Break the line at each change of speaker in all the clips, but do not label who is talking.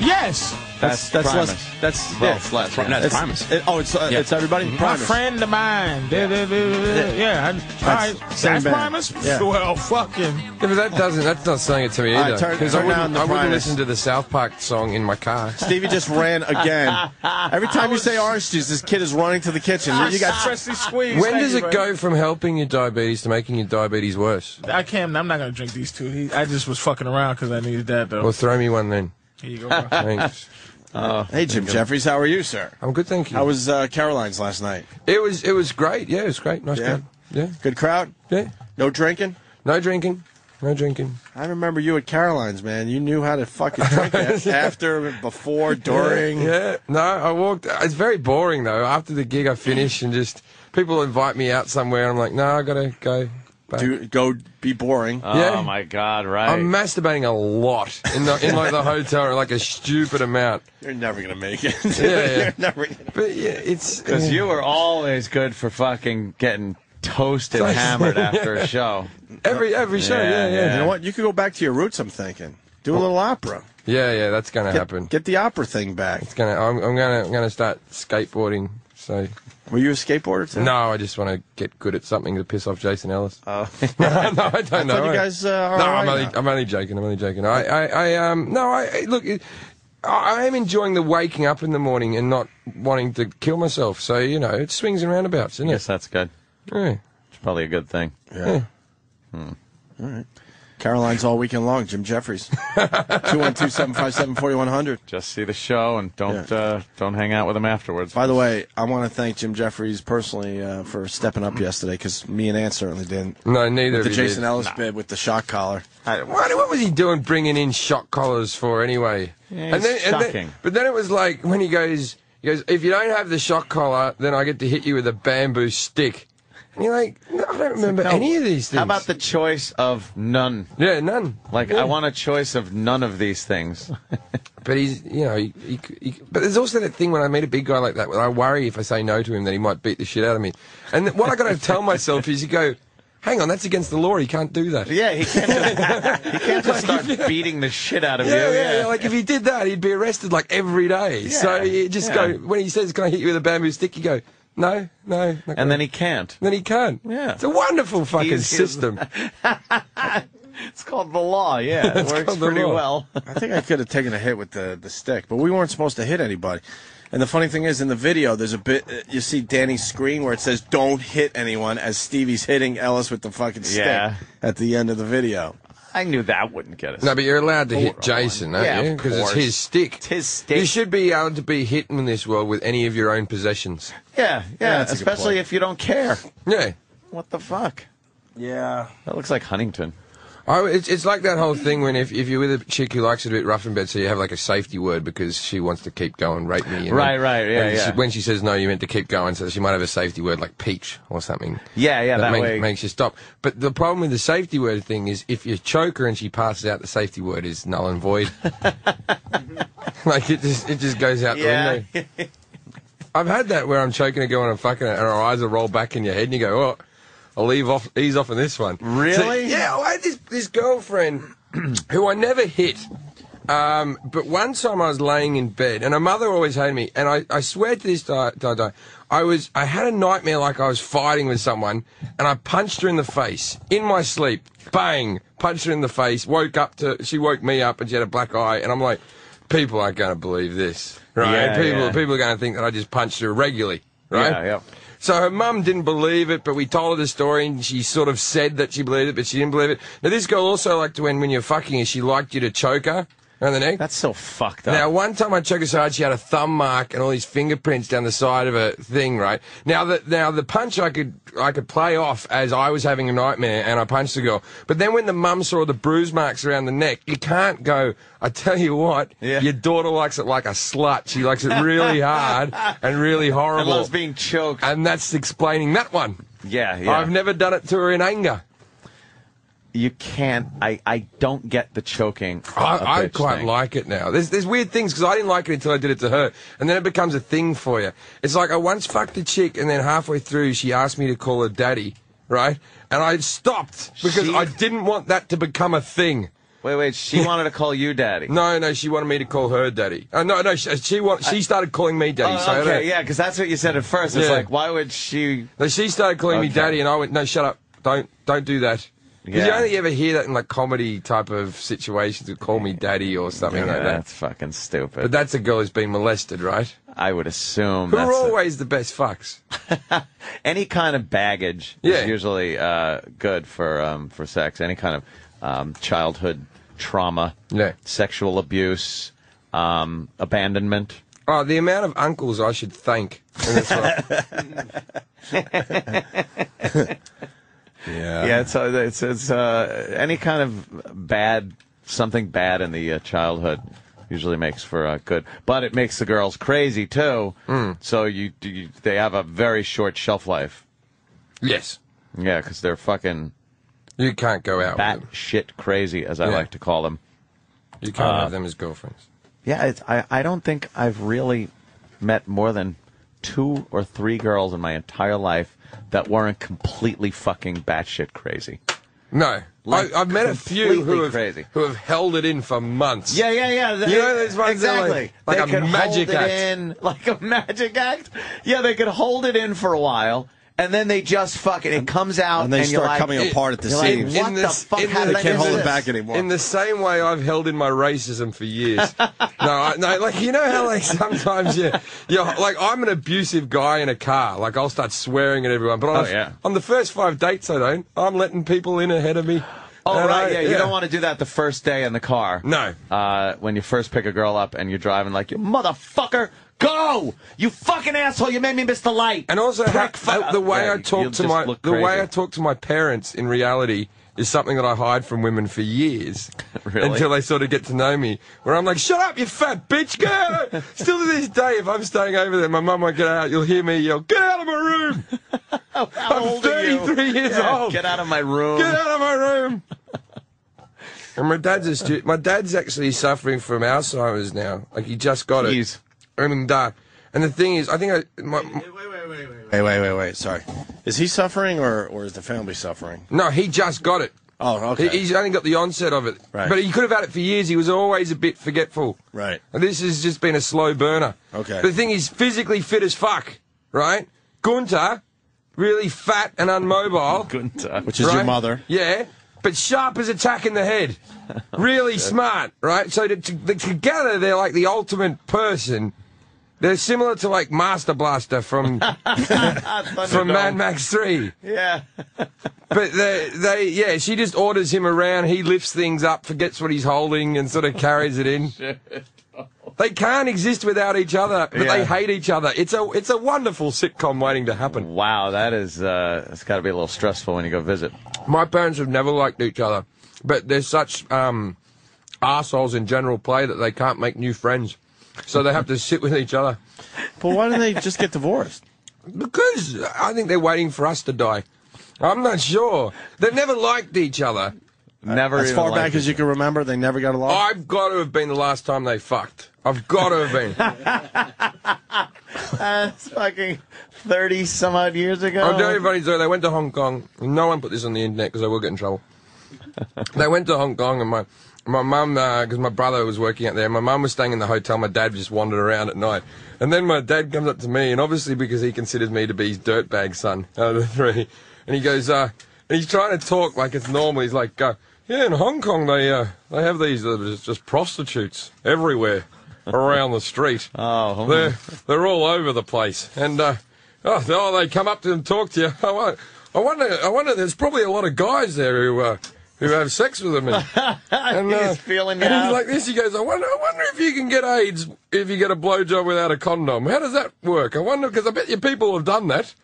Yes.
That's
That's
that's
Primus.
less. That's
Well,
yeah.
it's less, right? No, it's
It's-
Primus.
it- oh, it's uh,
Yeah. Mm-hmm.
it's everybody. Primus.
My friend of mine. Da- da- da- da- da. Yeah. I- all right. That's,
same band.
Primus?
Yeah.
Well, fucking.
Yeah, but that doesn't that's not selling it to me
All right,
either.
turn-
Because
turn
I
down
wouldn't,
the
I wouldn't
Primus.
listen to the South Park song in my car.
Stevie just ran again. Every time you say orange juice, this kid is running to the kitchen. You got
freshly squeezed.
When
Thank
does
you,
it
bro.
go from helping your diabetes to making your diabetes worse?
I can't. I'm not gonna drink these two. He, I just was fucking around because I needed that though.
Well, throw me one then.
Here you go. Bro.
Thanks.
Hey, Jim Jeffries, how are you, sir?
I'm good, thank you.
How was uh, Caroline's last night?
it was it was great. Yeah, it was great. Nice
Yeah?
yeah. Yeah,
Good crowd?
yeah.
No drinking?
No drinking. No drinking.
I remember you at Caroline's, man. You knew how to fucking drink a- after, before, during.
Yeah. No, I walked. It's very boring though. After the gig, I finish and just people invite me out somewhere. And I'm like, no, I gotta go. back."
Do, go be boring.
Yeah.
Oh my God! Right.
I'm masturbating a lot in the in like the hotel, like a stupid amount.
You're never gonna make it.
yeah.
You're never gonna.
But yeah, it's
Because you were always good for fucking getting toasted, hammered after a show.
every every show. Yeah,
Yeah,
yeah,
yeah.
You know what? You could go back to your roots. I'm thinking. Do a little opera.
Yeah, yeah, that's gonna happen.
Get the opera thing back.
It's gonna. I'm, I'm gonna. I'm gonna start skateboarding. So
Were you a skateboarder? Too?
no, I just want to get good at something to piss off Jason Ellis. Oh no, no, I don't know.
you guys, uh, are
no,
all
I'm
right
only.
now.
I'm only joking. I'm only joking. I. I. I um. No, I I- look. It, I I am enjoying the waking up in the morning and not wanting to kill myself. So you know, it swings and roundabouts, isn't
Yes, that's good.
it? Yeah.
It's probably a good thing.
yeah.
Hmm. Caroline's all weekend long. Jim Jeffries. Two one two seven five seven forty one hundred.
Just see the show and don't
Yeah.
uh, don't hang out with them afterwards.
By the way, I want to thank Jim Jeffries personally uh, for stepping up yesterday because me and Ann certainly didn't.
No, neither
The
of you
Jason
did.
Ellis bid with the shock collar.
What, what was he doing bringing in shock collars for anyway?
Yeah, it's shocking.
but then it was like when he goes, he goes, if you don't have the shock collar, then I get to hit you with a bamboo stick. And you're like, no, I don't remember
No.
any of these things.
How about the choice of none?
Yeah, none.
Like,
Yeah.
I want a choice of none of these things.
But he's, you know, he, he, he, but there's also that thing when I meet a big guy like that, where I worry if I say no to him that he might beat the shit out of me. And what I got to tell myself is, you go, hang on, that's against the law. He can't do that.
yeah, he can't just, he can't just start beating the shit out of
Yeah,
you.
yeah, yeah. Like if he did that, he'd be arrested like every day. so you just
yeah.
go when he says, "Can I hit you with a bamboo stick?" You go, "No, no." not
and
gonna."
then he can't.
then he can't.
Yeah.
it's a wonderful fucking
He's- he's-
system.
It's called the law. Yeah, it works
called the
pretty
law.
well.
I think I could have taken a hit with the, the stick, but we weren't supposed to hit anybody. And the funny thing is, in the video, there's a bit uh, you see Danny's screen where it says "Don't hit anyone" as Stevie's hitting Ellis with the fucking stick
Yeah.
at the end of the video.
I knew that wouldn't get us.
no, but you're allowed to hit Jason, aren't
Yeah,
you?
of
Because
course.
it's his stick.
It's his stick.
You should be able to be hit in this world with any of your own possessions.
yeah, yeah,
that's a good
especially
point.
if you don't care.
Yeah.
What the fuck?
Yeah,
That looks like Huntington.
I, it's, it's like that whole thing when if, if you're with a chick who likes it a bit rough in bed, so you have like a safety word because she wants to keep going, rape me. and
Right,
then-
right, yeah,
and she-
yeah.
when she says no, you meant to keep going, so she might have a safety word like peach or something.
Yeah, yeah, that
make-
way-
makes you stop. But the problem with the safety word thing is if you choke her and she passes out, the safety word is null and void. like it just it just goes out the window. I've had that where I'm choking a girl and I'm fucking her, and her eyes will roll back in your head, and you go, "Oh, I'll leave off, ease off on this one."
Really?
So, yeah. I had this this girlfriend who I never hit. Um, but one time I was laying in bed, and her mother always hated me, and I, I swear to this day, day, day, I was I had a nightmare like I was fighting with someone, and I punched her in the face in my sleep. Bang! Punched her in the face. Woke up to she woke me up, and she had a black eye, and I'm like, people aren't going to believe this, right?
Yeah,
people
yeah.
people are going to think that I just punched her regularly, right?
Yeah, yeah.
So her mum didn't believe it, but we told her the story, and she sort of said that she believed it, but she didn't believe it. Now this girl also liked to when when you're fucking her, she liked you to choke her around the neck.
That's so fucked up.
now one time I choked her so hard she had a thumb mark and all these fingerprints down the side of her thing. Right now the now the punch I could I could play off as I was having a nightmare and I punched the girl, but then when the mum saw the bruise marks around the neck, you can't go. I tell you what,
Yeah.
your daughter likes it like a slut. She likes it really hard and really
and
horrible.
loves being choked.
And that's explaining that one.
yeah, yeah.
I've never done it to her in anger.
you can't. I, I don't get the choking. a
I, I
bitch
quite
thing.
like it now. There's, there's weird things because I didn't like it until I did it to her, and then it becomes a thing for you. It's like I once fucked a chick, and then halfway through she asked me to call her daddy, right? And I stopped because
She-
I didn't want that to become a thing.
Wait, wait. She wanted to call you daddy.
No, no, she wanted me to call her daddy. Uh, no, no, she she, want, she started calling me daddy. so I
Oh,
don't-
okay, yeah, because that's what you said at first. It's
Yeah.
like, why would she?
No, she started calling me
Okay.
daddy, and I went, "No, shut up! Don't, don't do that." 'Cause you
Yeah.
only ever hear that in like comedy type of situations. To call me daddy or something like that.
that's fucking stupid.
But that's a girl who's been molested, right?
I would assume
Who are
that's a-
always the best fucks?
any kind of baggage
Yeah.
is usually uh, good for um, for sex. Any kind of um, childhood trauma,
Yeah.
sexual abuse, um, abandonment.
Oh, the amount of uncles I should thank. And it's like,
Yeah.
Yeah, it's uh, it's, it's uh, any kind of bad something bad in the uh, childhood usually makes for uh, good, but it makes the girls crazy too. So you, you they have a very short shelf life.
yes,
Yeah, because they're fucking
you can't go out
bat
with them.
shit crazy, as I
Yeah.
like to call them.
You can't
Uh,
have them as girlfriends.
Yeah, it's, I, I don't think I've really met more than two or three girls in my entire life that weren't completely fucking batshit crazy.
No,
Like,
I, I've met a few who
completely
have
crazy.
who have held it in for months.
Yeah, yeah, yeah. th-
You know those ones that,
exactly.
like- like
They
a
could
magic
hold
act.
it in, like a magic act. Yeah, they could hold it in for a while, and then they just fuck it. It comes out,
And they
you're
start
like, "Eh,
coming apart at the
you're like,
seams.
what
In
the
this-
fuck?
in
How
this-
did
They
I
can't
miss
hold it
this?
back anymore.
In the same way I've held in my racism for years. no, I, no, like you know how like sometimes you, you like I'm an abusive guy in a car. Like I'll start swearing at everyone, but on,
Oh,
the-
yeah.
on the first five dates I don't. I'm letting people in ahead of me.
Oh
And
right,
I-
yeah. You don't want to do that the first day in the car.
No.
Uh, when you first pick a girl up and you're driving, like you motherfucker, go! You fucking asshole! You made me miss the light.
And also how,
Prick fu-
the way
Yeah,
I
you'll
talk to
just
my
look
the way
crazy.
I talk to my parents in reality is something that I hide from women for years
Really?
until they sort of get to know me. Where I'm like, "Shut up, you fat bitch, get out!" Still to this day, if I'm staying over there, my mum won't get out. You'll hear me yell, "Get out of my room!
How
I'm
old are you?
33 years
Yeah,
old.
Get out of my room.
Get out of my room!" and my dad's a stu- my dad's actually suffering from Alzheimer's now. Like he just got
Jeez.
it. And uh, and the thing is, I think I my,
Wait, wait, wait, wait. Sorry. Is he suffering or, or is the family suffering?
no, he just got it.
Oh, okay.
He- He's only got the onset of it.
Right.
But he could have had it for years. He was always a bit forgetful.
Right.
And this has just been a slow burner.
Okay.
But the thing is, physically fit as fuck, right? Gunter, really fat and unmobile.
Which is your
right?
mother.
Yeah. But sharp as a tack in the head. Really smart, right? So to, to, together, they're like the ultimate person. They're similar to like Master Blaster from, from Mad Max 3.
Yeah.
But they, they, yeah, she just orders him around. He lifts things up, forgets what he's holding, and sort of carries it in. They can't exist without each other, but they
Yeah.
hate each other. It's a, it's a wonderful sitcom waiting to happen.
Wow, that is. Uh, it's got to be a little stressful when you go visit.
My parents have never liked each other, but they're such um, assholes in general play that they can't make new friends, so they have to sit with each other.
But why don't they just get divorced?
Because I think they're waiting for us to die. I'm not sure. They've never liked each other.
Never
As
even
far
liked
back as you can remember, they never got along.
I've got to have been the last time they fucked. I've got to have been.
That's fucking thirty some odd years ago.
I'll tell you funny story. They went to Hong Kong. No one put this on the internet because I will get in trouble. they went to Hong Kong, and my my mum, because my brother was working out there, my mum was staying in the hotel. My dad just wandered around at night, and then my dad comes up to me, and obviously because he considers me to be his dirtbag son out of the three, and he goes, uh, and he's trying to talk like it's normal. He's like, uh, yeah, in Hong Kong they uh, they have these uh, just- just prostitutes everywhere around the street.
Oh, Hong
They're, they're all over the place. And uh, oh, oh, they come up to you and talk to you. I wonder, I wonder, I wonder there's probably a lot of guys there who uh, who have sex with them. And, and, uh,
He's feeling
and
you
he's
out.
like this. He goes, I wonder, I wonder if you can get AIDS if you get a blowjob without a condom. How does that work? I wonder because I bet you people have done that.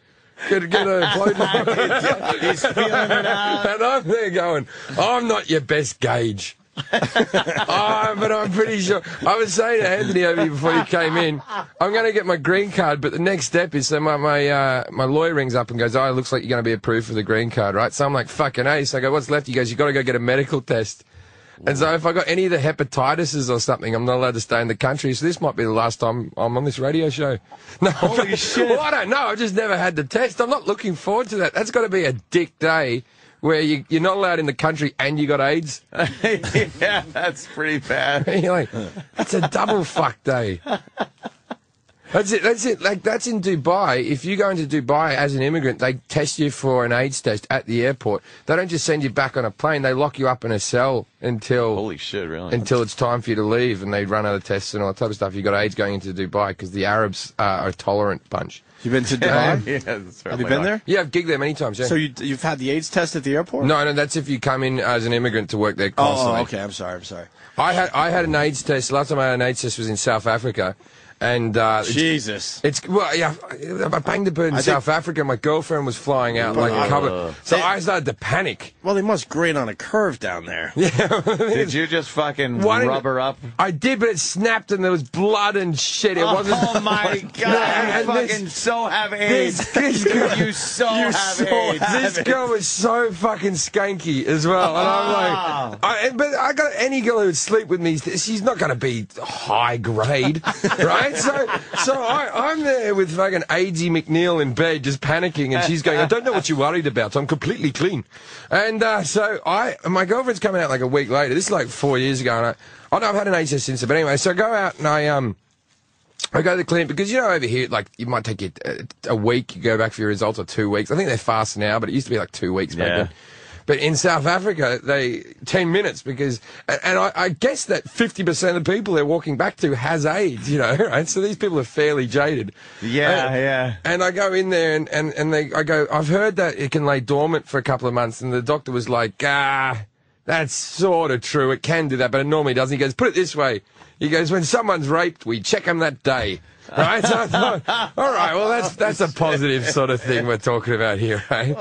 Get, get a blowjob. he's feeling And I'm there going, I'm not your best gauge. oh, but I'm pretty sure. I was saying to Anthony over here before you came in, I'm going to get my green card, but the next step is so my my, uh, my lawyer rings up and goes, "Oh, it looks like you're going to be approved for the green card, right?" So I'm like, "Fucking ace!" I go, "What's left?" He goes, "You got to go get a medical test." And so if I got any of the hepatitises or something, I'm not allowed to stay in the country. So this might be the last time I'm on this radio show. No, Holy shit. Well, I don't know. I've just never had the test. I'm not looking forward to that. That's got to be a dick day where you, you're not allowed in the country and you got AIDS.
yeah, that's pretty bad.
And you're like, that's a double fuck day. That's it. That's it. Like that's in Dubai. If you go into Dubai as an immigrant, they test you for an AIDS test at the airport. They don't just send you back on a plane. They lock you up in a cell until
Holy shit, really?
until it's time for you to leave, and they run other tests and all that type of stuff. You got AIDS going into Dubai because the Arabs uh, are a tolerant bunch.
You've been to Dubai?
yeah, Oh
Have you been there?
Yeah, I've gigged there many times. Yeah.
So you, you've had the AIDS test at the airport?
no, no, that's if you come in as an immigrant to work there.
Oh,
Constantly.
okay. I'm sorry. I'm sorry.
I had I had an AIDS test. Last time I had an AIDS test was in South Africa, and uh, it's-
Jesus.
It's well, yeah. I banged the bird in
I think-
South Africa. My girlfriend was flying out like a cover, so I started to panic.
Well, they must grade on a curve down there.
Did you just fucking
Why didn't-
rubber up?
I did, but it snapped and there was blood and shit. It wasn't.
Oh my god!
and
you
this-
fucking so have AIDS.
This, this girl,
you so
You
have
so
AIDS.
Oh, have-
this girl was so fucking skanky as well, and I'm
Oh.
like, I, but I got any girl who would sleep with me. She's not going to be high grade, right? So, so I, I'm there with fucking AD McNeil in bed, just panicking, and she's going, "I don't know what you're worried about. I'm completely clean." And uh, so I, my girlfriend's coming out like a week later. This is like four years ago, and I, I know I've had an AIDS since, then, but anyway, so I go out and I um. I go to the clinic because you know over here, like it might take you a, a week. You go back for your results or two weeks. I think they're fast now, but it used to be like two weeks back
Yeah.
then. But in South Africa, they ten minutes because, and- and I, I guess that fifty percent of the people they're walking back to has AIDS, you know, right? So these people are fairly jaded. Uh,
Yeah,
And-
yeah.
And I go in there and and and they, I go, I've heard that it can lay dormant for a couple of months, and the doctor was like, ah, that's sort of true. It can do that, but it normally doesn't. He goes, put it this way. He goes, when someone's raped, we check them that day. Right? So I thought, all right, well, that's that's a positive sort of thing we're talking about here, right?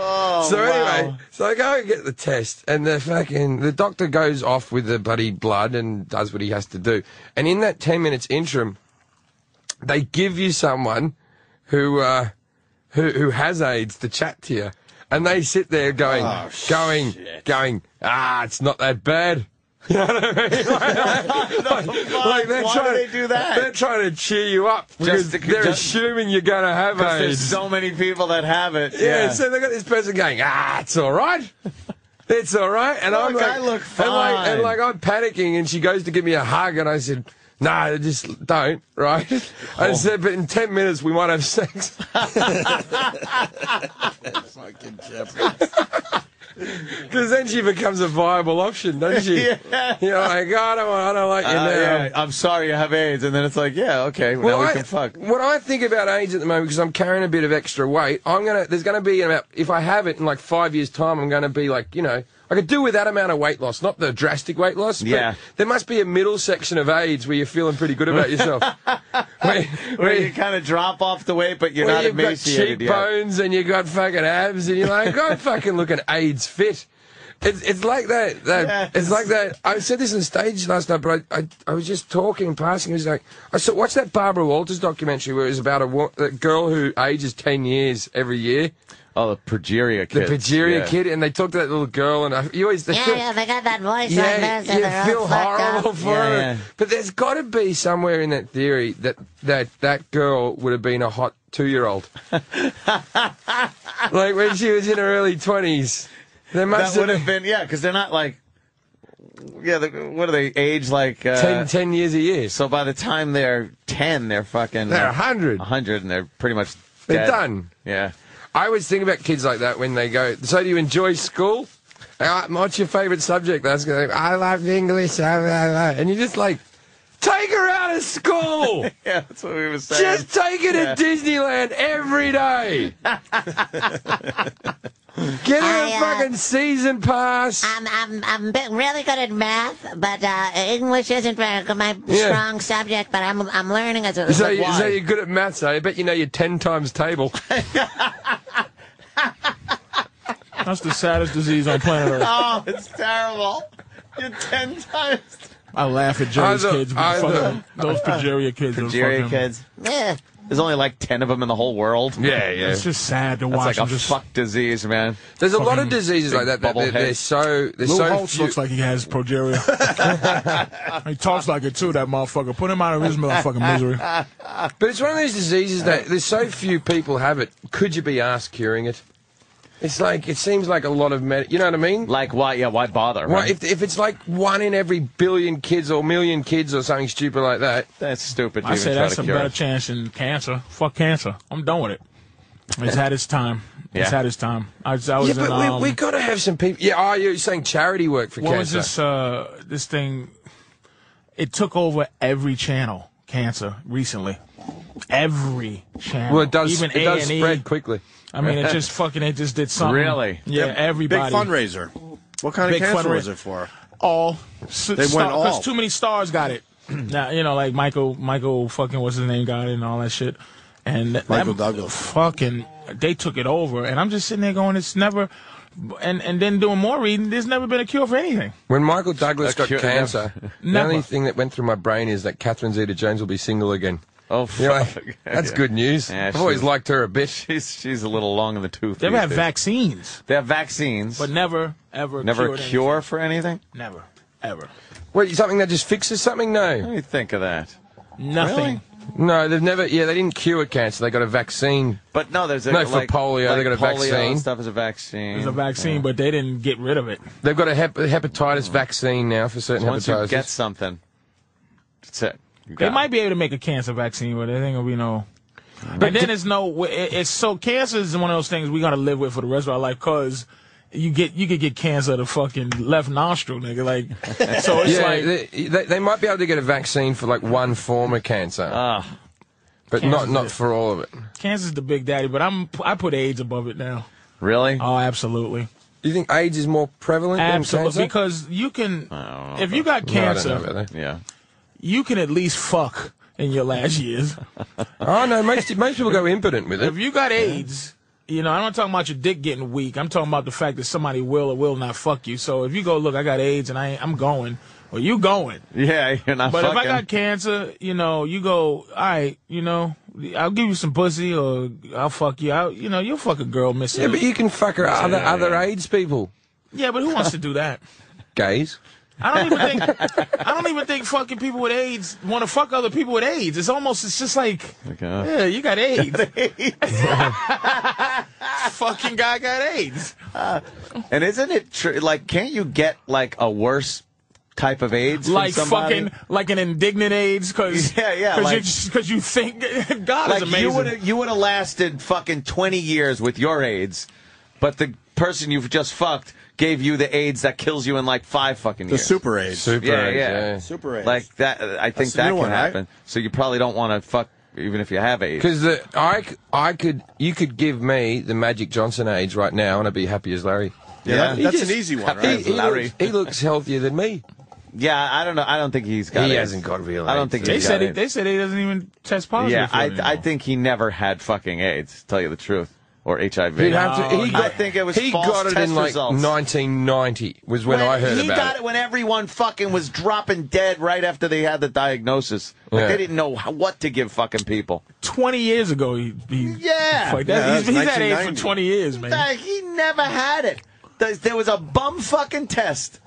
so anyway, so I go and get the test, and the fucking the doctor goes off with the bloody blood and does what he has to do. And in that ten minutes interim, they give you someone who uh, who who has AIDS to chat to you, and they sit there going,
Oh,
going, going, ah, it's not that bad. You know what I mean? Like, like they're
Why do
trying,
they do that?
They're trying to cheer you up because
to-
they're
Uh, just-
assuming you're going to have
Because
AIDS.
There's so many people that have it.
Yeah,
Yeah.
so they got this person going, ah, it's all right. It's all right. And I'm
Look,
like,
I look
And like, and
fine.
like, I'm panicking, and she goes to give me a hug, and I said, nah, just don't, right?
Oh.
I said, but in 10 minutes, we might have sex.
Fucking Jeff.
Because then she becomes a viable option, doesn't she?
Yeah.
You're like, "Oh, I don't, I don't like you
Uh,
now.
yeah, I'm sorry you have AIDS, and then it's like, yeah, okay, well, now we
um, I,
can fuck.
What I think about AIDS at the moment, because I'm carrying a bit of extra weight, I'm gonna. There's gonna be about if I have it in like five years' time, I'm gonna be like, you know, I could do with that amount of weight loss, not the drastic weight loss. but
Yeah.
There must be a middle section of AIDS where you're feeling pretty good about yourself. where,
Where
where-
you kind of drop off the weight, but you're
where
not
you've got
emaciated yet.
cheekbones and you've got fucking abs and you're like, I'm fucking looking AIDS fit. It's, it's like that. that It's like that. I said this on stage last night, but I, I, I was just talking and passing. It was like, I saw, watched that Barbara Walters documentary where it was about a, wo- a girl who ages 10 years every year,
Oh, the progeria
the
kid.
Pajeria kid, and they talked to that little girl, and I, you always.
Yeah, yeah, they got that voice like
Yeah,
this, and they're
you feel
all fucked up.
horrible for
Yeah,
her.
yeah.
But there's got to be somewhere in that theory that that that girl would have been a hot two-year-old, like when she was in her early twenties. There must
That would
have
have
been
been, yeah, because they're not like, yeah, the, what are they, age like, uh,
10, 10 years a year.
so by the time they're 10, they're fucking.
They're
uh,
100.
100, and they're pretty much
They're
dead.
done.
Yeah.
I always think about kids like that when they go. So do you enjoy school? Uh, what's your favourite subject? That's going. I love English. I love, and you're just like, take her out of school.
Yeah, that's what we were saying.
Just take it
Yeah.
to Disneyland every day. Get her a
I, uh,
fucking season pass.
I'm, I'm, I'm bit- really good at math, but uh, English isn't very good- my
Yeah.
strong subject, but I'm, I'm learning as a.
So, you,
why?
so you're good at maths, eh? I bet you know your 10 times table.
That's the saddest disease on planet Earth.
Oh, it's terrible. You're 10 times.
I laugh at Jerry's
Either-
kids, but
either-
fuck them. those Pajeria kids. those
Progeria
fucking-
kids.
Ugh.
There's only like 10 of them in the whole world.
Yeah, yeah.
It's just sad to
It's
watch.
like a
them just
fuck disease, man.
There's a lot of diseases like that. that
bubble
they're, they're
head.
so. They're
Lou
so
Holtz
few-
looks like he has progeria. he talks like it too, that motherfucker. Put him out of his motherfucking misery.
But it's one of those diseases that there's so few people have it. Could you be asked curing it? It's like it seems like a lot of med- you know what I mean?
Like why? Yeah, why bother?
Why,
right?
if, if it's like one in every billion kids or million kids or something stupid like that,
that's stupid. To
I
even
say
try
that's
to
a
cure
better
it.
chance than cancer. Fuck cancer. I'm done with it. It's had its time. It's
Yeah.
had its time. I, was- I was
yeah,
in,
but
um,
we we got to have some people. Yeah, oh, you're saying charity work for
what was
cancer?
this uh this thing it took over every channel cancer recently every channel
Well, it does.
even E?
it does
A&E.
spread quickly.
i mean it just fucking it just did something
Really?
yeah, everybody
Big fundraiser. What kind
Big
of cancer
fundraiser.
was it for?
all s-
went all.
too many stars got it now you know like michael michael fucking what's his name got it and all that shit and that-
Michael
that
Douglas.
fucking they took it over and i'm just sitting there going it's never and and then doing more reading there's never been a cure for anything
When Michael Douglas got
cure-
cancer, the
Never.
only thing that went through my brain is that Catherine Zeta-Jones will be single again.
Oh,
You know,
fuck.
that's
Yeah.
good news.
Yeah,
I've always
she's-
liked her a bit.
She's she's a little long in the tooth.
they've
these
had
days.
vaccines
They have vaccines,
but never ever
never a
cured anything.
cure for anything.
Never. Ever.
Wait, something that just fixes something? No,
What do you think of that?
Nothing.
Really?
no, they've never. Yeah, they didn't cure cancer. They got a vaccine.
But no, there's a,
No, for
like,
polio,
Like
they got a
polio and
vaccine.
Stuff is a vaccine.
There's a vaccine, but they didn't get rid of it.
They've got a hep- hepatitis vaccine now for certain
Once you
hepatitis.
get something, that's it. You
They
got
might
it.
be able to make a cancer vaccine, but there ain't gonna be no. But then it's no. it- It's so cancer is one of those things we gotta live with for the rest of our life, cause you get you could get cancer of the fucking left nostril, nigga. Like, so it's
yeah,
like
they, they, they might be able to get a vaccine for like one form of cancer,
Ah,
but not
cancer's
not
it.
for all of it.
cancer's the big daddy. But I'm I put AIDS above it now.
really?
Oh, absolutely,
You think AIDS is more prevalent
absolutely.
than cancer? Oh,
Because you can,
don't know
if you got
No, I don't
cancer,
know about that.
yeah.
you can at least fuck in your last years.
Oh no, most most people go impotent with
If
it.
you got AIDS, you know, I'm not talking about your dick getting weak. I'm talking about the fact that somebody will or will not fuck you. So if you go, look, I got AIDS and I ain't, I'm going, or you going.
Yeah, you're not
But
fucking.
if I got cancer, you know, you go, all right, you know, I'll give you some pussy or I'll fuck you. I'll, you know, you'll fuck a girl missing.
Yeah, but you can fuck her other
yeah,
other
yeah.
AIDS people,
yeah, but who wants to do that?
gays.
I don't even think I don't even think fucking people with AIDS want to fuck other people with AIDS. It's almost it's just like
Okay.
yeah, you got AIDS. fucking guy got AIDS.
and isn't it true? Like, can't you get like a worse type of AIDS? from
like
somebody?
fucking like an indignant AIDS because
Yeah, yeah, like-
because you think God
Like
is amazing.
you would you would have lasted fucking twenty years with your AIDS, but the person you've just fucked gave you the AIDS that kills you in like five fucking
The
years.
super AIDS.
Super
Yeah,
AIDS,
yeah.
Super AIDS.
Like that, I think
That's the
that
new
can
one, right?
happen. So you probably don't want to fuck even if you have AIDS.
Because the I, c- I could you could give me the Magic Johnson AIDS right now and I'd be happy as Larry.
yeah, that-
Yeah.
that's
He
an easy one,
He,
right?
he,
Larry.
looks, he looks healthier than me.
Yeah, I don't know. I don't think he's got.
He
AIDS.
hasn't got real
I don't
AIDS.
think
they
he's
said
got
it, they said he doesn't even test
AIDS.
positive.
Yeah,
for it
I
anymore.
I think he never had fucking AIDS. To tell you the truth, or HIV.
He'd have to. He
No,
got,
I think it was
He
false
got it
test
in like
results.
1990 was when, I heard
he
about
got
it.
it when everyone fucking was dropping dead right after they had the diagnosis. Like
Yeah.
they didn't know how, what to give fucking people.
twenty years ago he, he
Yeah.
fuck, that's,
Yeah,
he's,
that was
he's had AIDS for
1990.
twenty years, man.
Like, he never had it. There- There was a bum fucking test.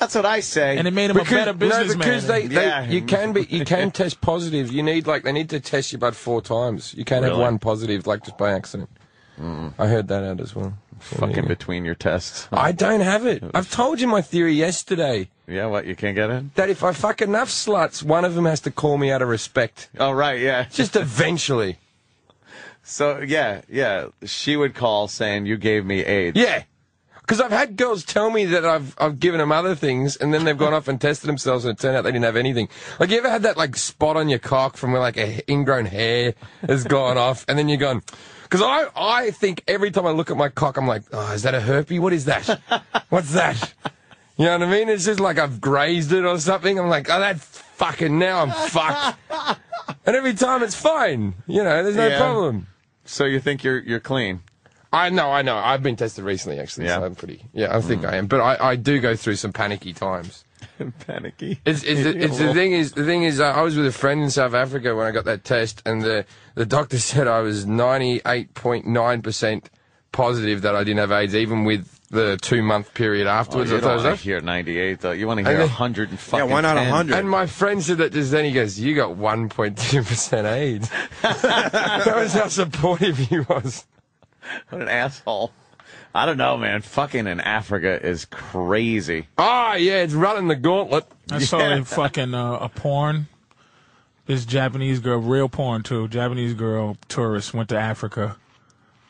That's what I say.
And it made him a better
no,
businessman.
because they, they
Yeah.
you can be you can test positive. You need like they need to test you about four times. You can't have
Really?
one
Mm.
positive like just by accident. I heard that out as well. So,
fucking
yeah.
between your tests.
I don't have it. I've told you my theory yesterday
Yeah, what you can't get it?
that if I fuck enough sluts, one of them has to call me out of respect.
Oh right, yeah.
Just eventually.
So yeah, yeah. She would call saying you gave me AIDS.
Yeah. Because I've had girls tell me that I've I've given them other things, and then they've gone off and tested themselves, and it turned out they didn't have anything. Like you ever had that like spot on your cock from where like a h- ingrown hair has gone off, and then you're gone. Because I I think every time I look at my cock, I'm like, oh, is that a herpy? What is that? What's that? You know what I mean? It's just like I've grazed it or something. I'm like, oh, that fucking now I'm fucked. and every time it's fine. You know, there's no
Yeah.
problem.
So you think you're you're clean?
I know, I know. I've been tested recently, actually.
Yeah. Hmm.
So I'm pretty. Yeah, I think I am. But I, I do go through some panicky times.
Panicky.
It's, it's, the, it's the thing is the thing is uh, I was with a friend in South Africa when I got that test, and the the doctor said I was 98.9 percent positive that I didn't have AIDS, even with the two month period
Oh,
afterwards.
you
I
don't
thought
want to hear 98 though. You want to
And
hear
then-
100 and fucking
why not
10?
100?
And my friend said that just then. He goes, "You got 1.2 percent AIDS." that was how supportive he was.
What an asshole. I don't know, man. Fucking in Africa is crazy.
Ah, yeah, it's running the gauntlet.
I saw a fucking uh, a porn. This Japanese girl, real porn too. Japanese girl tourist went to Africa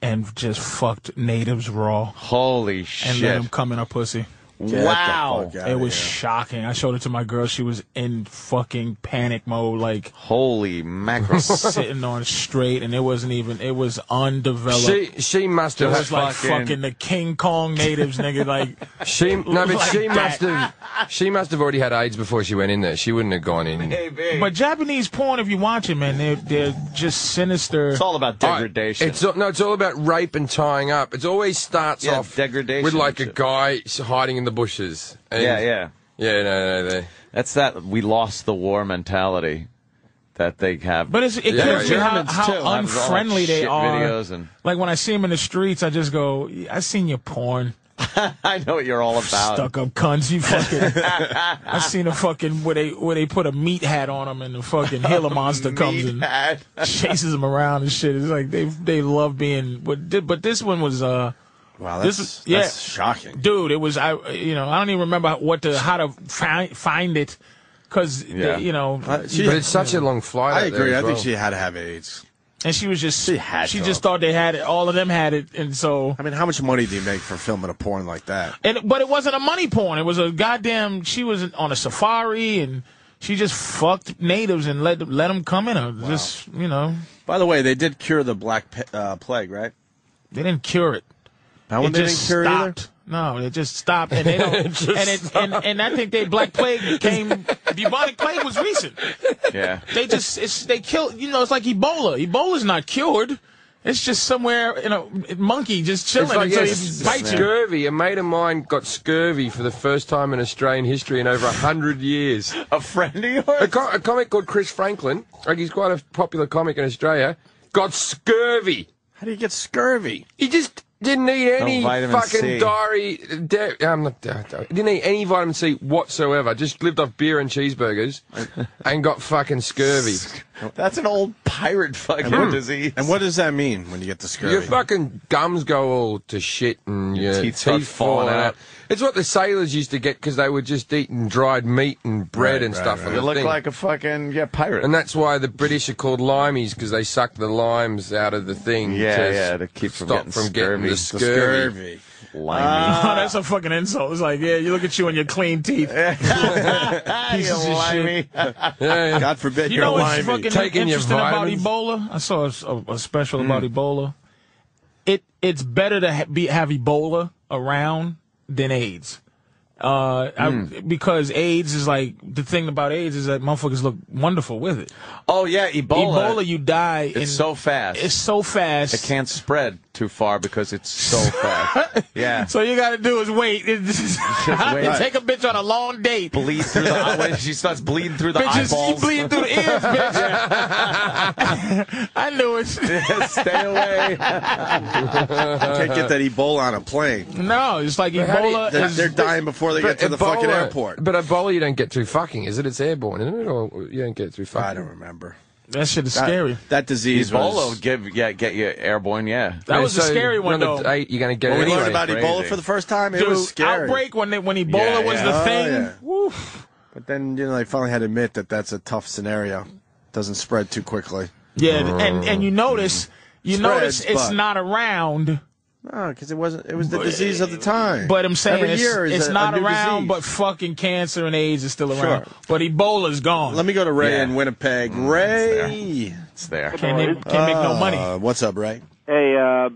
and just fucked natives raw
Holy
and let
shit!
them come in her pussy.
Get the
Wow.
fuck outta
It was
here.
shocking. I showed it to my girl. She was in fucking panic mode, like
Holy mackerel!
sitting on straight, and it wasn't even. It was undeveloped.
She she must
it
have
was like
fucking-
fucking, the King Kong natives, nigga. Like
she no, but
Like
she
that.
must have she must have already had AIDS before she went in there. She wouldn't have gone in.
But Japanese porn, if you watch it, man, they're they're just sinister.
It's all about
All right.
degradation.
It's all- no, it's all about rape and tying up. It always starts
Yeah,
off
degradation
with like a
and shit.
guy s- hiding in the bushes. And-
yeah, yeah.
yeah. No, no, they.
That's that. We lost the war mentality that they have.
But it's, it
Yeah,
kills me how,
Germans, too, have all
how
that
unfriendly they
shit
are.
videos and-
Like when I see them in the streets, I just go, "I seen your porn,
I know what you're all about.
stuck up cunts. You fucking, I seen a fucking where they where they put a meat hat on them and the fucking Gila monster comes
Meat
and
hat.
chases them around and shit. It's like they they love being. But thi- but this one was uh.
Wow,
This
that's,
is- yeah.
that's shocking.
dude it was i you know i don't even remember what to how to find find it because
Yeah.
you know
Uh, she-
But it's such a long flight.
I
out there
agree. I
as
think
well.
she had to have AIDS.
and she was just
She
she,
had to
just
have-
thought they had it all of them had it and so
I mean, how much money do you make for filming a porn like that?
and but it wasn't a money porn it was a goddamn she was on a safari and she just fucked natives and let them let them come in her just you know
By the way, they did cure the black P- uh, plague, right?
they didn't cure it
That one
it
Oh, they didn't
just
cure either?
stopped. No, it just stopped, and they don't. and, it, and and I think they black plague came. Bubonic plague was recent.
yeah.
They just it's they kill. You know, it's like Ebola. Ebola's not cured. It's just somewhere you know monkey just chilling
It's like
until
yeah,
he bites you.
scurvy. A mate of mine got scurvy for the first time in Australian history in over a hundred years.
A friend of
A,
yours?
co- a comic called Chris Franklin, like he's quite a popular comic in Australia, got scurvy.
How do you get scurvy?
He just didn't eat any
vitamin
fucking
C.
diary. Di- um, not di- di- didn't eat any vitamin C whatsoever. Just lived off beer and cheeseburgers, and got fucking scurvy.
That's an old pirate fucking disease.
And what does that mean when you get the scurvy?
Your fucking gums go all to shit, and your,
teeth
teeth,
start
fall
falling
out.
out.
It's what the sailors used to get because they were just eating dried meat and bread
Right,
and
right,
stuff.
right.
on
You
the
look
thing.
like a fucking yeah pirate.
And that's why the British are called limeys because they suck the limes out of the thing.
Yeah,
to
yeah, to keep from
stop
getting
from getting the
scurvy. The
the
scurvy.
scurvy.
Limey.
Oh, that's a fucking insult. It's like, yeah, you look at you and your clean teeth.
You
pieces of
limey.
Yeah, yeah.
God forbid
You
you're
know
limey.
what's fucking
Taking your
interesting about
vitamins.
Ebola? I saw a s- a, a special about Ebola. It it's better to ha- be have Ebola around than AIDS. Uh, I- because AIDS is like the thing about AIDS is that motherfuckers look wonderful with it.
Oh yeah, Ebola.
Ebola, you die.
it's so fast.
It's so fast.
it can't spread too far because it's so fast. Yeah.
So you gotta do is wait.
wait.
Take a bitch on a long date.
bleed through the eye- when she starts bleeding through the
Bitches, you
eyeballs.
bleeding through the ears, bitch. I knew it.
Stay away.
You can't get that Ebola on a plane.
No, it's like
how do you-
Ebola.
They're,
is-
they're dying before they get to the fucking
Ebola-
airport.
But Ebola you don't get through fucking, is it? It's airborne, isn't it? Or you don't get through fucking?
I don't remember.
That shit is
That,
scary.
That disease
Ebola
was...
would give yeah get you airborne yeah.
That
Yeah,
was a
so
scary one,
none of
though.
the Eight, you're going to get
When
it
we learned
anyway.
about Ebola
Crazy.
for the first time, it
Dude,
was scary.
outbreak when they, when Ebola
Yeah,
was
yeah.
the
Oh,
thing.
yeah.
Woof.
But then, you know, they finally had to admit that that's a tough scenario. Doesn't spread too quickly.
Yeah, and and you notice you
Spreads,
notice it's
but-
not around,
No, because Oh, it wasn't. It was the disease of the time.
but I'm saying
Every
it's,
year is
it's
a- a
not
new
around,
disease.
but fucking cancer and AIDS is still around.
Sure.
But Ebola's gone.
Let me go to Ray
Yeah.
in Winnipeg. Ray,
It's there.
can't they, can't make no money.
Uh, what's up, Ray?
Hey, uh,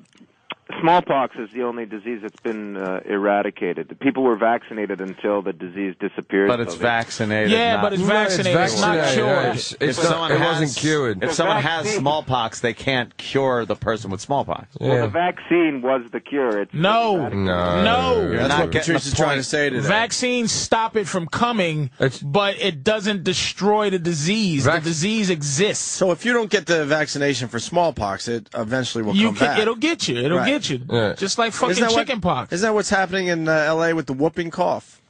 smallpox is the only disease that's been uh, eradicated. The people were vaccinated until the disease disappeared.
But it's
So
vaccinated.
Yeah,
not-
but it's vaccinated. It's, not
vaccinated, yeah.
cured.
It's, it's not, it wasn't cured.
If someone has
vaccine-
smallpox, they can't cure the person with smallpox.
Well,
Yeah.
the vaccine was the cure.
Mm,
It's
No,
No.
no.
You're
That's
not
what
getting the
Patricia's trying to
point.
say today.
Vaccines stop it from coming,
It's-
but it doesn't destroy the disease.
Vac-
the disease exists.
so if you don't get the vaccination for smallpox, it eventually will
you
come
can,
back.
it'll get you. It'll
Right.
get you.
Yeah.
Just like
Isn't
fucking
that what-
chicken pox.
Isn't that what's happening in uh, L.A. with the whooping cough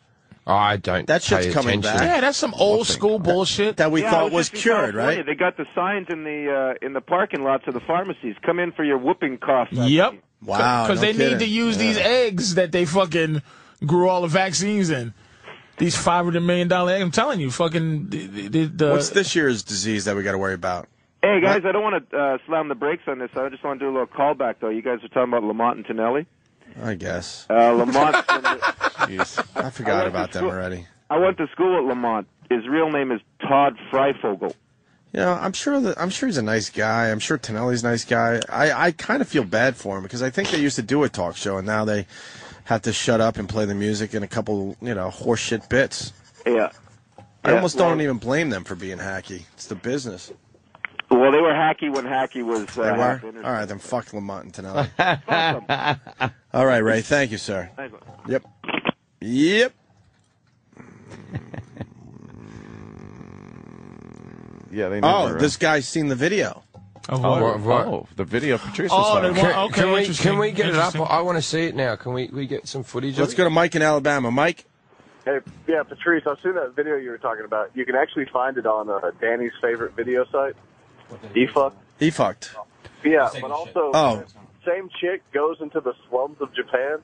I don't.
That shit's
pay
coming
attention.
back.
yeah, that's some old school bullshit.
that we
Yeah, I
thought was
just in
cured,
California.
right?
They got the signs in the uh, in the parking lots of the pharmacies. Come in for your whooping cough.
yep.
Wow.
Because
no
they
kidding.
need to use
Yeah.
these eggs that they fucking grew all the vaccines in. These five hundred million dollar eggs. I'm telling you, fucking. The, the, the,
What's this year's disease that we got to worry about?
Hey guys, I don't want to uh, slam the brakes on this. I just want to do a little callback though. You guys were talking about Lamont and Tonelli.
I guess.
Uh, Lamont,
Jeez. I forgot about them already.
I went to school at Lamont. His real name is Todd Freifogel.
You know, I'm sure that I'm sure he's a nice guy. I'm sure Tonelli's a nice guy. I, I kind of feel bad for him because I think they used to do a talk show and now they have to shut up and play the music and a couple, you know, horseshit bits.
Yeah.
I
Yeah,
almost
well-
don't even blame them for being hacky. It's the business.
Well, they were hacky when hacky was. Uh,
They were?
half internet.
All right, then fuck Lamont and Tonelli. All right, Ray. Thank you, sir.
Thanks.
Yep. Yep.
Yeah, they
Oh, this guy's seen the video.
Of
Oh,
what?
What- what?
oh, the video Patrice
Oh,
was
they
talking
want-
about.
Can,
Well, okay,
can we
interesting,
can we get it up?
interesting.
I want to see it now. Can we we get some footage? of
Let's
it?
go to Mike in Alabama. Mike?
Hey, yeah, Patrice, I've seen that video you were talking about. You can actually find it on uh, Danny's favorite video site, Defa.
He fucked.
Yeah, but also,
Oh.
same chick goes into the slums of Japan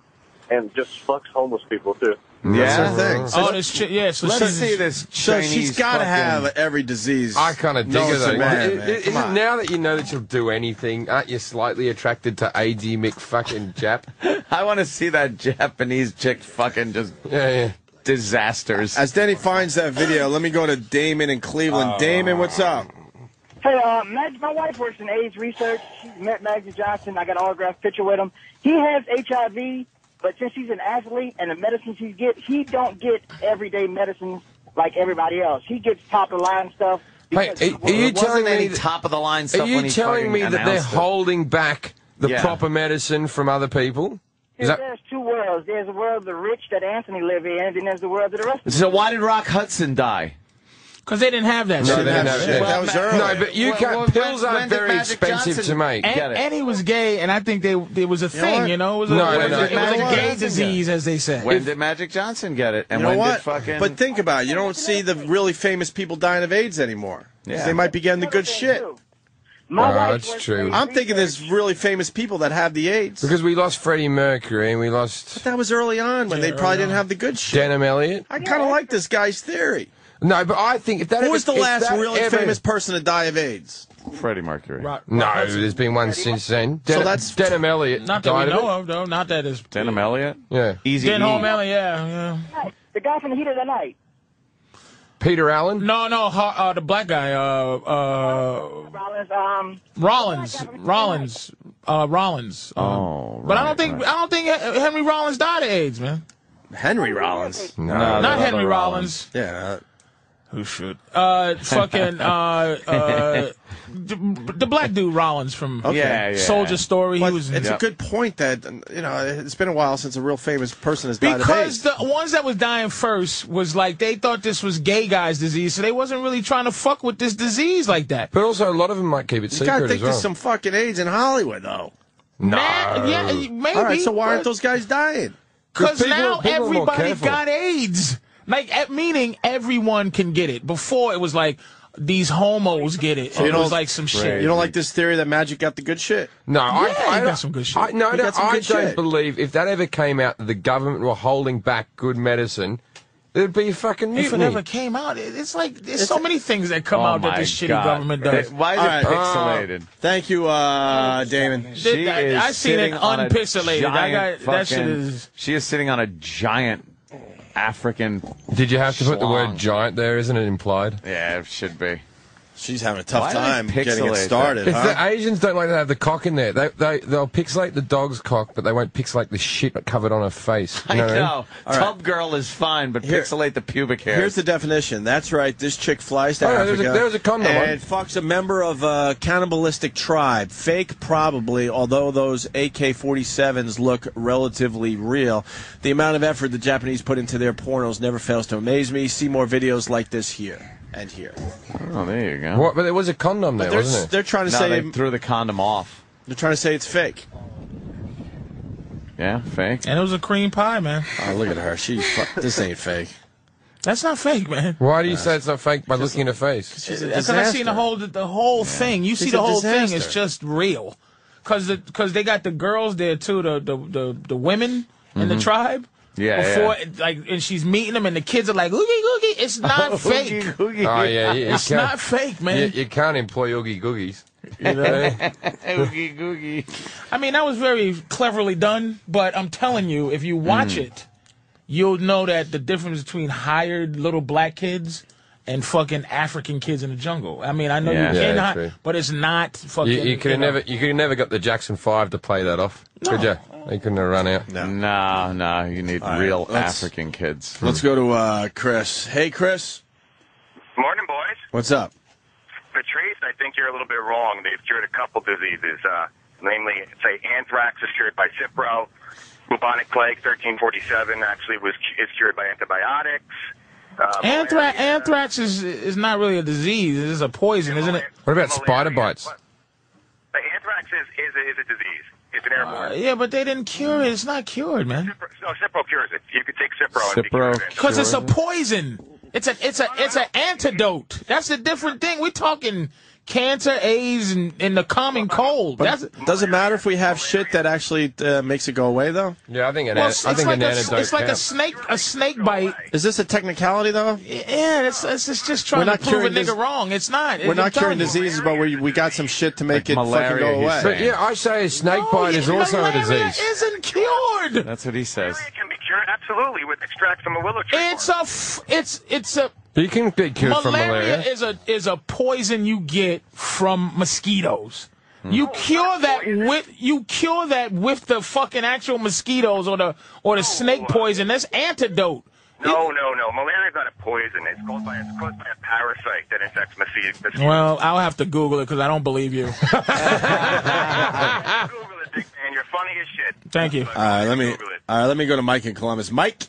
and just fucks homeless people, too.
That's her thing.
Oh, this shit. Yeah. So
Let's
she's-
see this
So
Chinese.
she's got to
fucking-
have every disease.
I kind of dig
known
it
to
though.
man,
It-
man.
it-
Come
isn't
on.
now that you know that you'll do anything, aren't you slightly attracted to AD McFucking Jap? yeah,
I want to see that Japanese chick fucking just
yeah.
disasters.
As Denny finds that video, let me go to Damon in Cleveland.
Oh.
Damon, what's up?
Hey, uh, Mag- my wife works in AIDS research. She met Maggie Johnson. I got an autographed picture with him. He has HIV, but since he's an athlete and the medicines he gets, he don't get everyday medicines like everybody else. He gets top of the line stuff.
Hey,
because
are,
he
are you
works-
telling
wasn't
me?
any
That,
top of the line stuff
are you
when he
telling
fucking
me that they're
announced it.
holding back the
Yeah.
proper medicine from other people? Is that,
there's two worlds. There's the world of the rich that Anthony live in, and then there's the world of the rest of us.
So why did Rock Hudson die?
Cause they didn't have that.
no,
shit.
they didn't
have
have
shit.
it.
That was early.
No, but you
Well,
can't.
well,
pills
when-
aren't
when did
very
Magic
expensive
Johnson-
to make.
Get
And,
it.
and he was gay, and I think they it was a
know
thing,
what?
you know. It was a,
No,
it
no,
was
no.
a- it was a
Magic
gay
Johnson
disease, as they say.
When did Magic Johnson get it? And
You know
when
what?
did fucking?
But think about it. You don't see the really famous people dying of AIDS anymore. 'Cause
Yeah.
They might be getting the
Another
good
thing,
shit.
too. My
Oh,
wife
that's
works
true.
in AIDS
I'm thinking there's really famous people that have the AIDS.
Because we lost Freddie Mercury and we lost
that was early on when they
Yeah,
probably
early
didn't
on.
have the good shit.
Denham Elliott.
I kind of like this guy's theory.
No, but I think if that
Who
ever-
was the
if
last
that
really
ever-
famous person to die of AIDS?
Freddie Mercury.
Rock- Rock
No,
Hudson.
there's been one since then. Denham,
that's-
Denham Elliott.
not that
died
we
of
know
it.
of, though. Not that is.
Denham Elliott.
Yeah.
Easy.
Dan
E.
Home Alley, yeah, yeah.
tonight. The guy from the heat of the night.
Peter Allen.
No, no, ha- uh, the black guy, uh, uh,
Rollins, um,
Rollins, Rollins, uh, Rollins. um,
Oh,
but I
right,
don't think
right.
I don't think Hen- Henry Rollins died of AIDS, man.
Henry Rollins.
No.
Not
no,
Henry
no,
Rollins.
Yeah. Oh,
Who should? Uh, fucking uh, uh, the, the black dude Rollins from
Yeah, yeah.
Soldier Story.
But
he was
it's
Yeah.
a good point that you know it's been a while since a real famous person has died of AIDS.
Because the ones that was dying first was like they thought this was gay guys' disease, so they wasn't really trying to fuck with this disease like that.
But also, a lot of them might keep it
you
secret
gotta think
as well.
there's some fucking AIDS in Hollywood though.
no.
Now- yeah, maybe.
All right, so why aren't those guys dying?
Because
people-
now
people are more
everybody
careful.
got AIDS. Like, at, meaning everyone can get it. Before it was like these homos get it.
you
it was
don't-
like some shit.
You don't like this theory that Magic got the good shit?
No, I,
Yeah,
I
you
don't-
got some good shit.
I, no,
You
no,
got some
I
good
don't
shit.
believe if that ever came out that the government were holding back good medicine, there'd be a fucking
If it
mutiny.
ever came out, it, it's like there's so many things that come
Oh
out that
my
this shitty
God.
government does.
They- Why is
All
it
right.
pixelated?
Thank you, uh, Damon.
Did
She
that-
is
I seen it
sitting on a
unpixelated. I
giant
got- that shit
fucking-
is-
She is sitting on a giant African.
Did you have to put the word
Schlong.
giant there? Isn't it implied?
Yeah, it should be.
She's having a tough
Why do they
time getting
pixelate
it
that?
started.
If
huh?
the Asians don't like to have the cock in there, they, they, they'll pixelate the dog's cock, but they won't pixelate the shit covered on her face. You know
I
what I mean?
know. Tub girl is fine, but
Here-
pixelate the pubic hair.
Here's the definition. That's right. This chick flies to
Oh,
Africa.
there's a- there's a condom
and fucks a member of a cannibalistic tribe. Fake, probably. Although those AK-47s look relatively real, the amount of effort the Japanese put into their pornos never fails to amaze me. See more videos like this here and here.
oh, there you go.
What, but there was a condom there,
They're,
wasn't
they're
there?
trying to
No,
say
they threw the condom off.
they're trying to say it's fake.
Yeah, fake.
and it was a cream pie, man.
Oh, look at her. She's fuck, this ain't fake.
That's not fake, man.
Why do you say it's not fake by looking at her face?
She's a
Because I seen
disaster.
the whole the whole thing. You see
She's
the
a
whole thing.
disaster.
It's just real. cause the, cause they got the girls there too, the the the, the women in the tribe.
Yeah,
Before
yeah.
it- like and she's meeting them and the kids are like oogie oogie. It's not fake.
Oogie, oogie.
Oh yeah, yeah. you
It's
can't-
not fake,
You,
man.
you can't employ oogie googies.
Oogie, googie.
I mean, that was very cleverly done, but I'm telling you, if you watch it, you'll know that the difference between hired little black kids and fucking African kids in the jungle. I mean, I know
Yeah.
you
Yeah,
can
true.
hi- but it's not fucking.
You, you could have
know.
never, you could have never got the Jackson Five to play that off, could you? They couldn't have run out.
No, no, you need
right,
real
let's-
African kids.
Let's go to uh, Chris. Hey, Chris.
Morning, boys.
What's up?
Patrice, I think you're a little bit wrong. They've cured a couple diseases, uh, namely, say, anthrax is cured by Cipro. Bubonic plague, 1347, actually was is cured by antibiotics. Uh,
Anthrax,
malaria-
anthrax is is not really a disease. It's a poison, isn't it?
What about spider
malaria-
bites?
what- The anthrax is, is, a- is a disease. It's an
Uh,
airborne.
yeah, but they didn't cure it. It's not cured, man.
Cipro, no, Cipro cures it. You could take Cipro, and be
Cipro
cured of it.
Because it's a poison. It's a it's a it's an antidote. That's a different thing. We're talking cancer, AIDS, and, and the common cold.
But
That's
does it matter if we have shit that actually uh, makes it go away, though?
Yeah, I think an,
well,
an-
it's,
I
it's
think
like
an
a,
antidote.
it's like a
counts.
snake a snake bite.
Is this a technicality, though?
Yeah, it's, it's, it's just
We're
trying to
not
prove a
curing
nigga
dis-
wrong. It's not.
We're
I'm
not
telling
curing
you.
diseases, but we we got some shit to make
Like
it fucking
malaria,
go
he's
away.
saying.
But yeah, I say a snake
No,
bite is
yeah,
also a
malaria
disease.
Isn't cured.
That's what he says.
Malaria can be cured, absolutely, with extract from a willow tree.
It's a f- it's it's a
You can get cured from
malaria
malaria.
is a is a poison you get from mosquitoes. You cure that with you cure that with the fucking actual mosquitoes or the or the snake poison. That's antidote.
No, no, no. Malaria's not a poison. It's caused by, it's caused by a parasite that infects mosquitoes.
Well, I'll have to Google it because I don't believe you.
Google it, big man. You're funny as shit.
Thank you.
All right, let me
Google it.
all right, let me go to Mike in Columbus. Mike,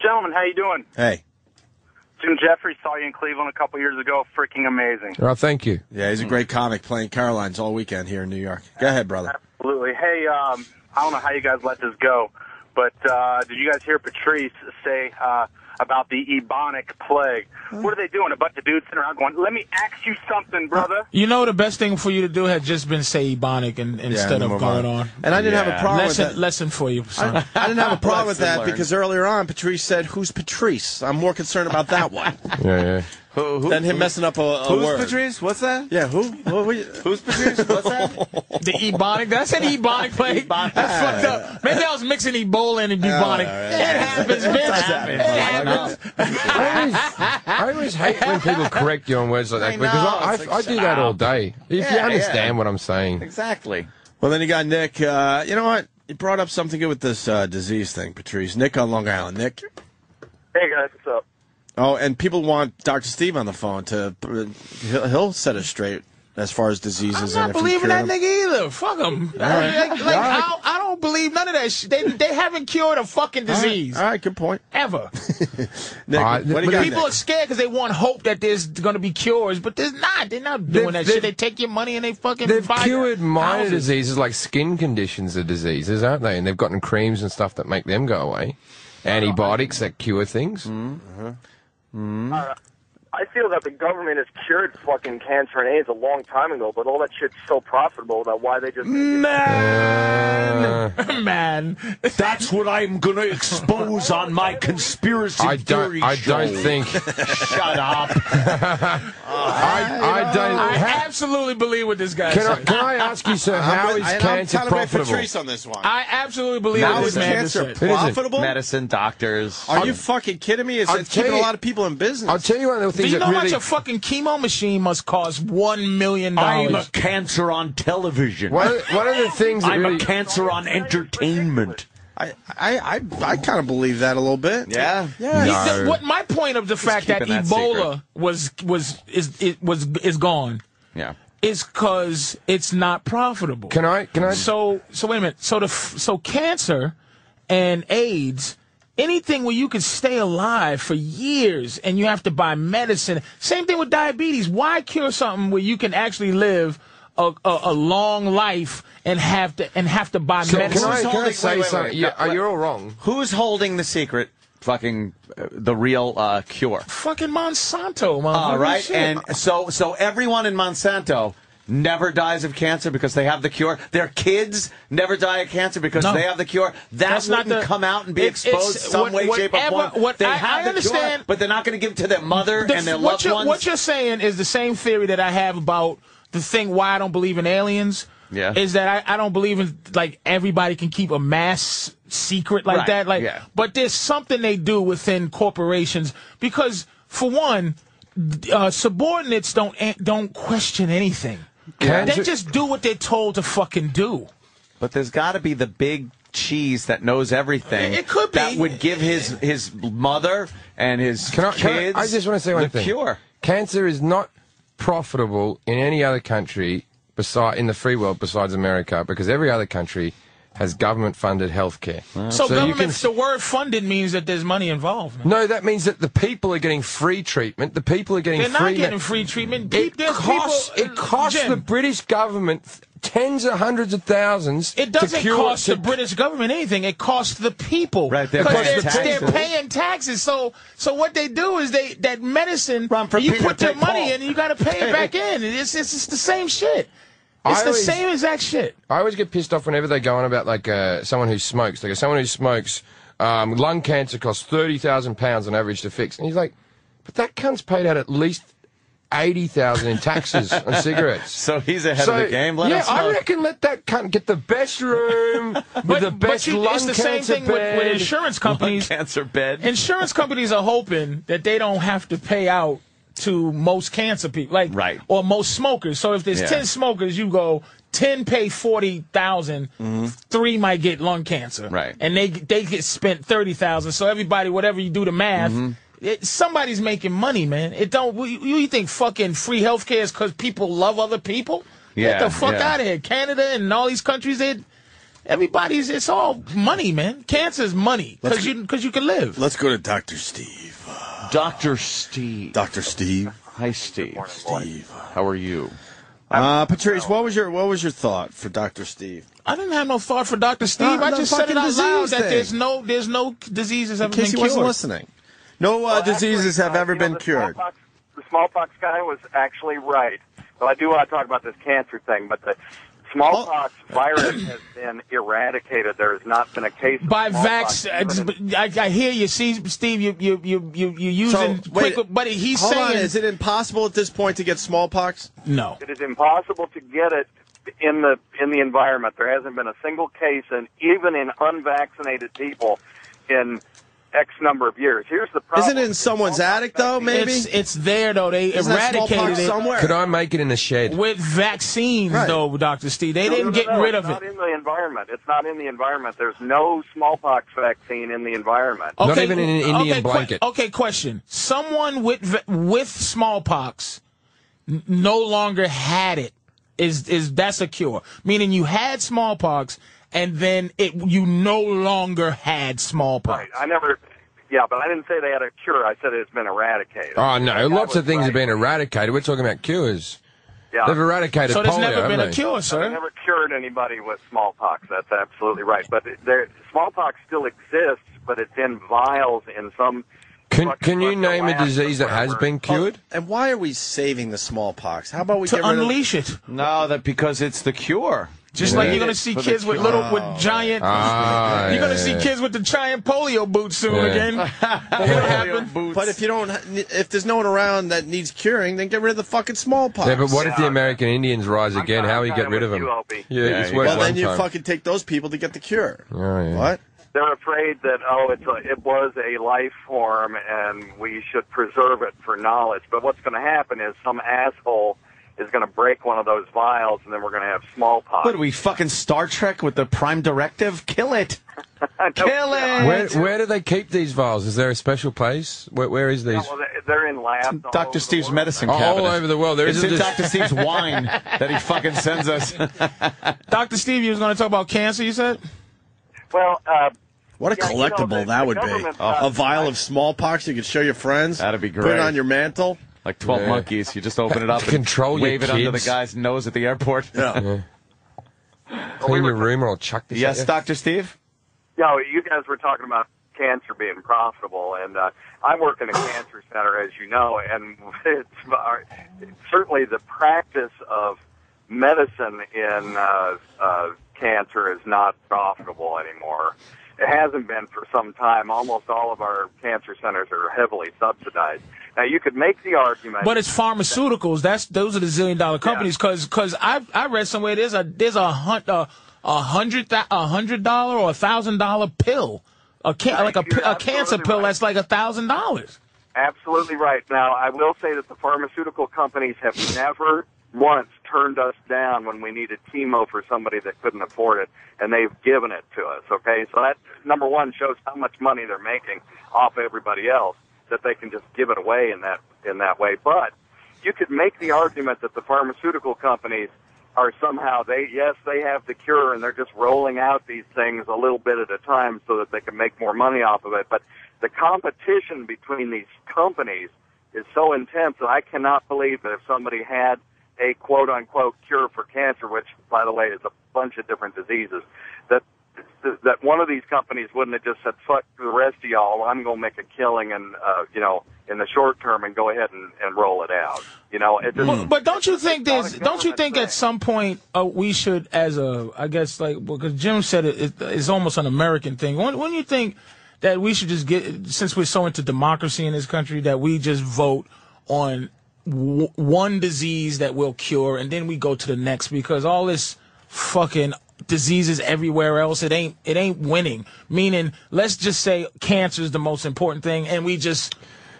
Gentlemen, how you doing?
hey,
Jim Jeffries saw you in Cleveland a couple years ago. Freaking amazing.
Right, Oh, thank you.
yeah,
Hmm.
he's a great comic playing Carolines all weekend here in New York. Go ahead, brother.
Absolutely. Hey, um, I don't know how you guys let this go, but uh, did you guys hear Patrice say uh, about the Ebonic plague? What are they doing? A bunch of dudes sitting around going, let me ask you something, brother.
You know the best thing for you to do had just been say Ebonic and, instead
and
of
move
going on.
and I didn't have a
Yeah.
problem with
Lesson
that.
lesson for you, son.
I, I didn't have a problem with
Lesson
that
learned.
because earlier on, Patrice said, "Who's Patrice?" I'm more concerned about that one
Yeah, yeah.
Who, who,
than him messing up a, a
who's
word.
Patrice? What's that?
Yeah, who? What were you?
Who's Patrice? What's that?
The Ebonic. That's an Ebonic plague.
Ebonic.
That's fucked up. Maybe I was mixing Ebola and Ebonic. It happens, bitch. It happens.
I always, I always hate when people correct you on words like that
I
because
know,
I, I,
it's like,
I do
shut
that all
up.
day. If you
Yeah,
understand
yeah.
what I'm saying,
exactly.
Well, then you got Nick. Uh, you know what? You brought up something good with this uh, disease thing, Patrice. Nick on Long Island. Nick.
Hey guys, what's up?
Oh, and people want Dr. Steve on the phone to uh, he'll, he'll set us straight as far as
I'm
diseases.
not
and if you
believing
cure
that
them.
nigga either. Fuck him. Like, like, I, I don't believe none of that shit. They, they haven't cured a fucking
All right,
disease
All right, good point.
ever.
Nick,
Uh,
what do you
but
got?
People
Nick?
are scared because they want hope that there's going to be cures, but there's not. They're not
They've-
doing that shit. They
they've-
take your money and they fucking
they've
buy
cured minor
houses.
diseases like skin conditions are diseases, aren't they? And they've gotten creams and stuff that make them go away. Antibiotics that cure things.
I feel that the government has cured fucking cancer and AIDS a long time ago, but all that shit's so profitable that why they just
Uh,
Man,
That's what I'm going to expose on my conspiracy
I don't.
theory
I
show.
don't think.
Shut up.
I, I
I
don't. ha-
absolutely believe what this guy
can, I,
said.
can I ask you, sir? How is
I'm, and I'm
cancer
telling
profitable?
Patrice on this one.
I absolutely believe
Now
what
is
this man just
cancer
said.
profitable?
Medicine, doctors.
Are you fucking kidding me? It's,
I'll
it's
tell
keeping a
you-
lot of people in business.
I'll tell you one of the
Do
things
you know
that
how
really.
much a fucking chemo machine must cost? One million
I'm a
dollars.
cancer on television.
one, of, one of the things that
I'm
really.
a cancer on entertainment.
I, I, I, I kind of believe that a little bit.
yeah.
Yeah.
No.
He's- what my point of the fact that
keeping that
Ebola was was is it was is gone
Yeah.
is because it's not profitable.
Can I? Can I?
So so wait a minute. So the f- so cancer and AIDS, anything where you can stay alive for years and you have to buy medicine. Same thing with diabetes. Why cure something where you can actually live a, a, a long life and have to and have to buy
So
medicine?
can I,
Who's
can I
holding-
say
wait, wait,
something?
wait.
Yeah,
Yeah,
you're all wrong.
Who's holding the secret? Fucking uh, the real uh, cure.
Fucking Monsanto, man.
All right, and so so everyone in Monsanto never dies of cancer because they have the cure. Their kids never die of cancer because
No.
they have the cure. That
That's not
wouldn't
the-
come out and be
It- it's-
exposed some
what-
way, shape, or
whatever-
form.
what-
they
I-
have
I
the cure,
understand-
but they're not going to give it to their mother
The-
and their
what
loved
you're,
ones.
What you're saying is the same theory that I have about the thing why I don't believe in aliens.
Yeah.
Is that I, I don't believe in like everybody can keep a mass secret like
Right,
that. Like
yeah.
but there's something they do within corporations because for one, d- uh, subordinates don't an- don't question anything.
Can
they
you-
just do what they're told to fucking do.
But there's got to be the big cheese that knows everything.
It could be.
that would give his his mother and his
Can I,
kids.
can I- I just want to say one
the
thing.
Cure.
Cancer is not profitable in any other country beside in the free world besides America because every other country has government funded healthcare.
So,
you
government,
can
the word funded means that there's money involved. man.
No, that means that the people are getting free treatment. The people are getting
They're
free
not
ma-
getting free treatment.
It
Keep there's
costs,
people- uh,
it costs
Jim,
the British government th- tens of hundreds of thousands.
It doesn't
to cure,
cost
to-
the British government anything. It costs the people.
Right, they're
Because
paying
they're,
taxes.
they're paying taxes. So so what they do is they that medicine
Run for
you
Peter,
put their
take
money
Paul.
in and you gotta pay it back in. It's it's, it's the same shit. It's
I
the
always-
same exact shit.
I always get pissed off whenever they go on about like uh, someone who smokes. Like someone who smokes, um, lung cancer costs thirty thousand pounds on average to fix. And he's like, but that cunt's paid out at least eighty thousand in taxes on cigarettes.
So he's ahead
So,
of the game. Let
yeah,
him
I
smoke.
reckon let that cunt get the best room with the best
but you,
lung
it's the same
cancer
thing with, with
bed. Oh
insurance
Lung
companies.
cancer bed.
Insurance companies are hoping that they don't have to pay out to most cancer people, like
Right.
or most smokers. So if there's
Yeah.
ten smokers, you go ten pay forty three might get lung cancer,
Mm-hmm. Right.
And they they get spent thirty thousand. So everybody, whatever you do the math.
Mm-hmm.
It, somebody's making money, man. It don't. You, you think fucking free healthcare is because people love other people? Get
Yeah,
the fuck
yeah.
out of here. Canada and all these countries, they Everybody's it's all money, man. Cancer's money because you because you can live.
Let's go to Dr. Steve.
Doctor Steve.
Dr. Steve.
Hi, Steve.
Steve.
How are you?
Uh, Patrice, what was your what was your thought for Dr. Steve?
I didn't have no thought for Doctor Steve.
No,
I
no
just said it
fucking
out loud
disease
that
thing.
there's no there's no diseases ever
In
been
case he
cured.
wasn't listening. No uh, diseases have
uh,
ever
you know,
been
the
cured.
Smallpox, the smallpox guy was actually right. Well, I do want to talk about this cancer thing, but the smallpox virus has been eradicated. There has not been a case of
By
smallpox,
vax,
even in-
I, I hear you. See, Steve, you you you you you using quick, but he's
hold
saying
on. Is it impossible at this point to get smallpox?
no.
It is impossible to get it in the in the environment. There hasn't been a single case, and even in unvaccinated people, in X number of years. Here's the problem:
Isn't it in someone's attic though? Maybe
It's it's there though. They
Isn't that
eradicated
smallpox
it
somewhere.
Could I make it in a shed?
with vaccines
Right.
though, Doctor Steve. They
No, no,
didn't
no,
get
no,
rid
it's
of it.
Not in the environment. It's not in the environment. There's no smallpox vaccine in the environment.
Not even in an Indian
okay, que-
blanket.
okay, question. Someone with v- with smallpox n- no longer had it. Is is that's a cure? Meaning you had smallpox and then it you no longer had smallpox.
Right. I never. Yeah, but I didn't say they had a cure. I said it's been eradicated.
Oh no,
That
lots
was
of things
right.
have been eradicated. We're talking about cures.
Yeah.
They've eradicated
So there's
polio,
never been
haven't
a
they?
cure,
They
sir.
never cured anybody with smallpox. That's absolutely right. But it- there, smallpox still exists, but it's in vials in some.
Can
fucking
can you
fucking
name a
labs or
disease that has
whatever.
Oh,
been cured?
Oh, And why are we saving the smallpox? How about we
To
get rid
unleash it,
No, that because it's the cure.
just
Yeah.
like you're gonna see
For the
kids with
cure.
little with giant.
Ah,
you're gonna
yeah,
see
yeah.
kids with the giant polio boots soon
Yeah.
again. It'll happen.
of? But if you don't, if there's no one around that needs curing, then get rid of the fucking smallpox.
Yeah, but what if the
Yeah.
American Indians rise
I'm
again?
kinda-
How do you
I'm
get
kinda
rid of
with
them?
you, LB.
Yeah,
Yeah,
it's
you-
worth
Well,
one
then you
time.
fucking take those people to get the cure.
Oh, yeah.
What?
They're afraid that oh, it's a, it was a life form, and we should preserve it for knowledge. But what's going to happen is some asshole is going to break one of those vials, and then we're going to have smallpox.
What are we fucking Star Trek with the Prime Directive? Kill it.
I don't-
Kill
yeah,
it!
Where, where do they keep these vials? Is there a special place? Where, where is
I-
these?
well, they- they're in labs. all over
Dr.
the
Steve's
world.
medicine
All
cabinet.
over the world. There
it's
isn't
in
this-
Dr. Steve's wine that he fucking sends us.
Doctor Steve, you was gonna talk about cancer. You said.
Well, uh,
What a
Yeah, you know,
collectible
the-
that
the
would be.
government's not-
a vial of smallpox you could show your friends.
That'd be
Put it
great.
on your mantle.
Like 12
Yeah.
monkeys. You just open it up and
Control your
wave it under the
kids.
guy's nose at the airport.
Yeah.
Clean your room or I'll chuck this
Yes,
at you.
Dr. Steve?
Yeah, well, you guys were talking about cancer being profitable, and uh, I work in a cancer center, as you know, and it's, our- certainly the practice of medicine in uh, uh, cancer is not profitable anymore. It hasn't been for some time. Almost all of our cancer centers are heavily subsidized. Now, you could make the argument.
But it's pharmaceuticals. That's those are the zillion dollar companies. Cause, cause I I read somewhere there's a there's a hunt a, a hundred thou- a hundred dollar or a thousand dollar pill, a ca- like a, pi- a cancer pill that's like a thousand dollars.
Absolutely right. Now, I will say that the pharmaceutical companies have never once turned us down when we needed chemo for somebody that couldn't afford it, and they've given it to us. Okay, so that number one shows how much money they're making off everybody else that they can just give it away in that in that way. But you could make the argument that the pharmaceutical companies are somehow they yes they have the cure and they're just rolling out these things a little bit at a time so that they can make more money off of it. But the competition between these companies is so intense that I cannot believe that if somebody had a quote unquote cure for cancer, which by the way is a bunch of different diseases, that that one of these companies wouldn't have just said fuck the rest of y'all. I'm gonna make a killing and uh, you know in the short term and go ahead and, and roll it out. You know, it just,
But, but don't you think there's don't you think at some point uh, we should as a I guess like because Jim said it, it it's almost an American thing. When when you think that we should just get since we're so into democracy in this country that we just vote on w- one disease that we'll cure and then we go to the next because all this fucking diseases everywhere else it ain't it ain't winning meaning let's just say cancer is the most important thing and we just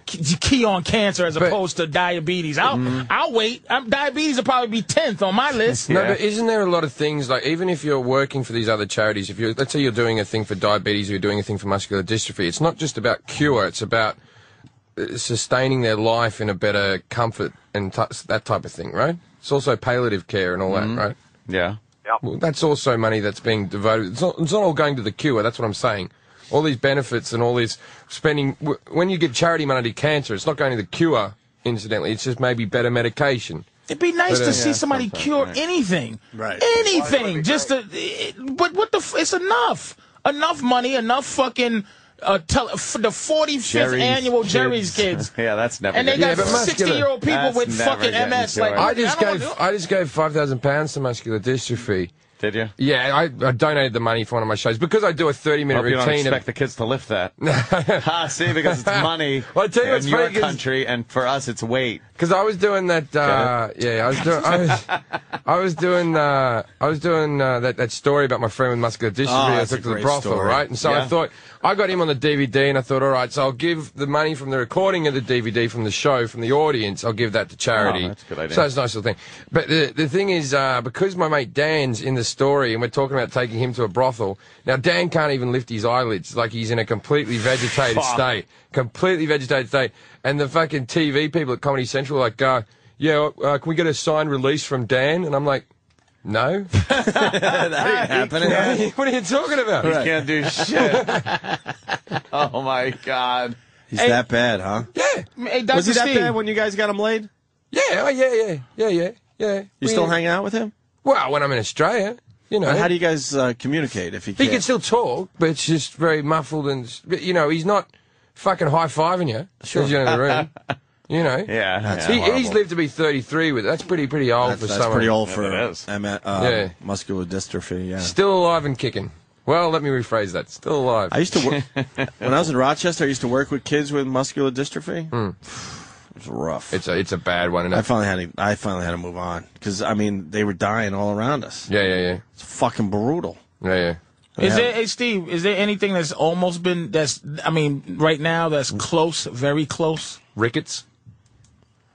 key key on cancer as opposed to diabetes i'll
Mm-hmm.
i'll wait I'm, diabetes will probably be 10th on my list
No, but isn't there a lot of things like even if you're working for these other charities, if you are let's say you're doing a thing for diabetes or you're doing a thing for muscular dystrophy, it's not just about cure. It's about uh, sustaining their life in a better comfort and t- that type of thing, right? It's also palliative care and all
Mhm.
that, right?
Yeah.
Well, that's also money that's being devoted. It's not, it's not all going to the cure. That's what I'm saying. All these benefits and all these spending. w- When you give charity money to cancer, it's not going to the cure. Incidentally, it's just maybe better medication.
It'd be nice
But, uh,
to see
yeah,
somebody
sometimes,
cure
right.
anything,
Right.
Anything, just to, it, but what the? f- It's enough, enough money, enough fucking. Uh, tele, f- the 45th annual Jerry's Kids.
yeah, that's never.
And they
getting
got
to it.
60-year-old people
That's
with
never
fucking
getting
MS,
to
like,
it.
I just gave I just gave five thousand pounds to muscular dystrophy.
Did you?
Yeah, I, I donated the money for one of my shows because I do a thirty minute
Hope you
routine.
don't
of-
expect the kids to lift that. ha, see, because it's money
Well, I tell you
in
what's
your
funny 'cause-
country, and for us, it's weight.
Because I was doing that. Uh, yeah, I was doing. I was, I was doing. Uh, I was doing uh, that, that story about my friend with muscular
Ah,
dystrophy. I
that's
took
a
to the
great
brothel,
story.
right? And so
Yeah.
I thought I got him on the DVD, and I thought, all right, so I'll give the money from the recording of the DVD from the show from the audience. I'll give that to charity.
Oh, that's a good idea.
So it's a nice little thing. But the the thing is, uh, because my mate Dan's in the story, and we're talking about taking him to a brothel. Now Dan can't even lift his eyelids; like he's in a completely vegetated
Fuck.
state completely vegetated state. And the fucking TV people at Comedy Central are like, uh, yeah, uh, can we get a signed release from Dan? And I'm like, no.
happening.
what are you talking about?
He can't do shit. oh my god.
He's that bad, huh?
Hey, Dr.
Was he that
Steve.
bad when you guys got him laid?
Yeah, oh, yeah, yeah, yeah, yeah, yeah.
You still hanging out with him?
Well, when I'm in Australia, you know.
But how do you guys uh, communicate if he
He
can't?
can still talk, but it's just very muffled and, but, you know, he's not fucking high fiving you
Sure.
as you're in the room. You know,
Yeah, That's
he,
horrible.
he's lived to be 33 with. That's pretty pretty old
that's
for
that's
someone.
pretty old for M- uh,
Yeah.
muscular dystrophy. Yeah.
Still alive and kicking. Well, let me rephrase that. Still alive.
I used to work when I was in Rochester. I used to work with kids with muscular dystrophy. It's rough.
It's a it's a bad one.
I finally had to, I finally had to move on because I mean they were dying all around us.
Yeah, yeah, yeah.
It's fucking brutal.
Yeah, yeah.
Is there, hey Steve, is there anything that's almost been that's I mean right now that's close, very close?
Rickets.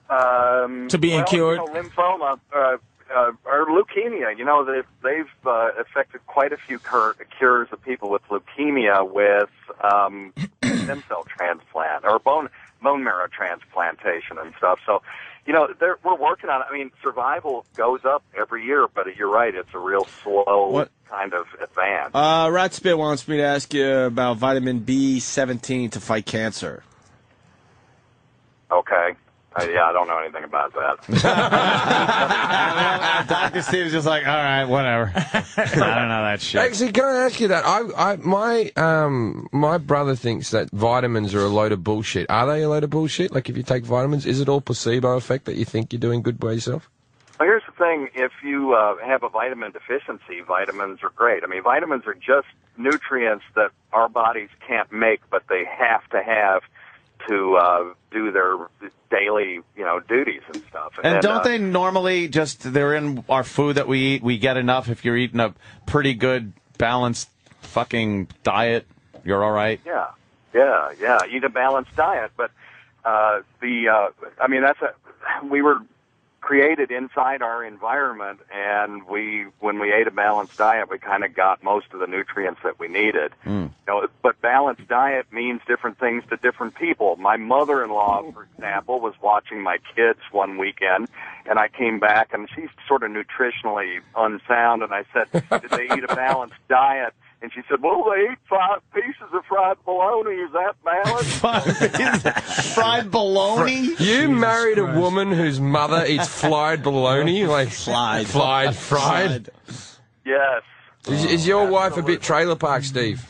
um,
To being
well,
cured?
You know, lymphoma uh, uh, or leukemia. You know, they've, they've uh, affected quite a few cur- cures of people with leukemia with um, stem cell transplant or bone bone marrow transplantation and stuff. So, you know, they're, we're working on. it. I mean, survival goes up every year, but you're right; it's a real slow
What-
kind of advance.
Uh, Rat Spit wants me to ask you about vitamin B17 to fight cancer.
Okay. I, yeah, I don't know anything about that.
Doctor Steve's just like, all right, whatever. I don't know that shit.
Actually, can I ask you that? I, I, my, um, my brother thinks that vitamins are a load of bullshit. Are they a load of bullshit? Like, if you take vitamins, is it all placebo effect that you think you're doing good by yourself?
Well, here's the thing: if you uh, have a vitamin deficiency, vitamins are great. I mean, vitamins are just nutrients that our bodies can't make, but they have to have to uh, do their daily, you know, duties and stuff.
And,
then,
don't
uh,
they normally just they're in our food that we eat? We get enough if you're eating a pretty good balanced fucking diet. You're all right.
Yeah, yeah, yeah. Eat a balanced diet, but uh, the uh, I mean that's a we were created inside our environment, and we when we ate a balanced diet, we kind of got most of the nutrients that we needed. You know, but balanced diet means different things to different people. My mother-in-law, for example, was watching my kids one weekend, and I came back, and she's sort of nutritionally unsound, and I said, "Did they eat a balanced diet?" And she said, "Well, they ate five pieces of fried bologna. Is that balanced?"
fried bologna.
You married a woman whose mother eats fried bologna, like fried, fried, fried. Oh,
Yes.
Is, is your wife a bit trailer park, Steve?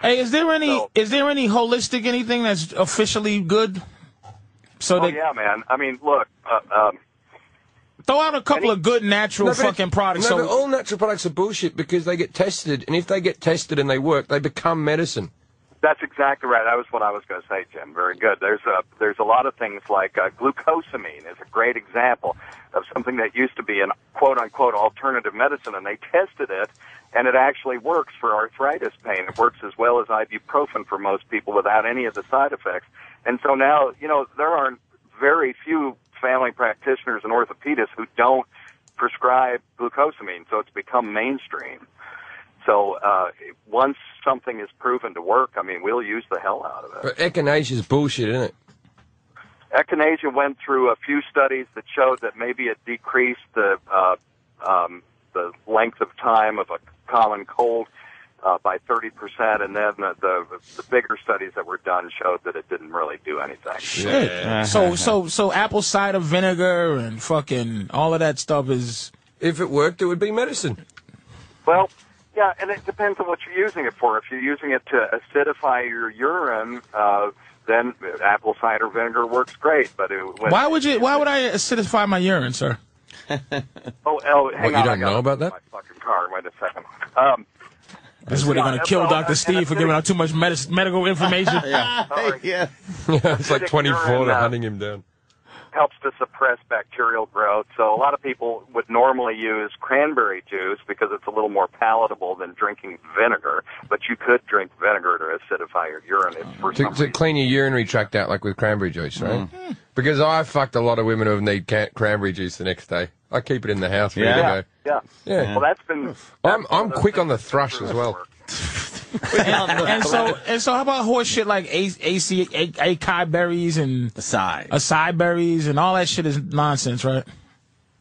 Hey, is there any is there any holistic anything that's officially good? So
oh
that
yeah, man. I mean, look. Uh, um,
throw out a couple of good natural
No, but
fucking
it's-
products.
No,
so
but all natural products are bullshit because they get tested, and if they get tested and they work, they become medicine.
That's exactly right. That was what I was going to say, Jim. Very good. There's a there's a lot of things like uh, glucosamine is a great example of something that used to be an quote unquote alternative medicine, and they tested it, and it actually works for arthritis pain. It works as well as ibuprofen for most people without any of the side effects. And so now, you know, there are very few family practitioners and orthopedists who don't prescribe glucosamine, so it's become mainstream. So uh, once something is proven to work, I mean, we'll use the hell out of it.
But echinacea is bullshit, isn't it?
Echinacea went through a few studies that showed that maybe it decreased the uh, um, the length of time of a common cold uh, by 30 percent, and then the, the the bigger studies that were done showed that it didn't really do anything.
shit. So so so apple cider vinegar and fucking all of that stuff is.
If it worked, it would be medicine.
Well, yeah, and it depends on what you're using it for. If you're using it to acidify your urine, uh, then apple cider vinegar works great. But it, when
Why would you? Why would I acidify my urine, sir?
Oh, oh, hang
What,
on.
you
I
don't
gotta
know about
move My fucking car. Wait a second. Um,
This is where they're
yeah,
gonna kill
well,
Doctor
and
Steve for giving out too much medis medical information.
Yeah. Sorry.
yeah.
it's like
Acidic
24
urine,
to
uh,
hunting him down.
helps to suppress bacterial growth. So a lot of people would normally use cranberry juice because it's a little more palatable than drinking vinegar. But you could drink vinegar to acidify your urine if for
To,
some
to clean your urinary tract out, like with cranberry juice, right?
Hmm.
Because I fucked a lot of women who need ca- cranberry juice the next day. I keep it in the house ready
Yeah.
to
Yeah.
Yeah.
Well, that's been.
go. I'm, I'm quick on the thrush as well.
and so and so, how about horse shit like ac ac acai berries and
acai
acai berries and all that shit is nonsense, right?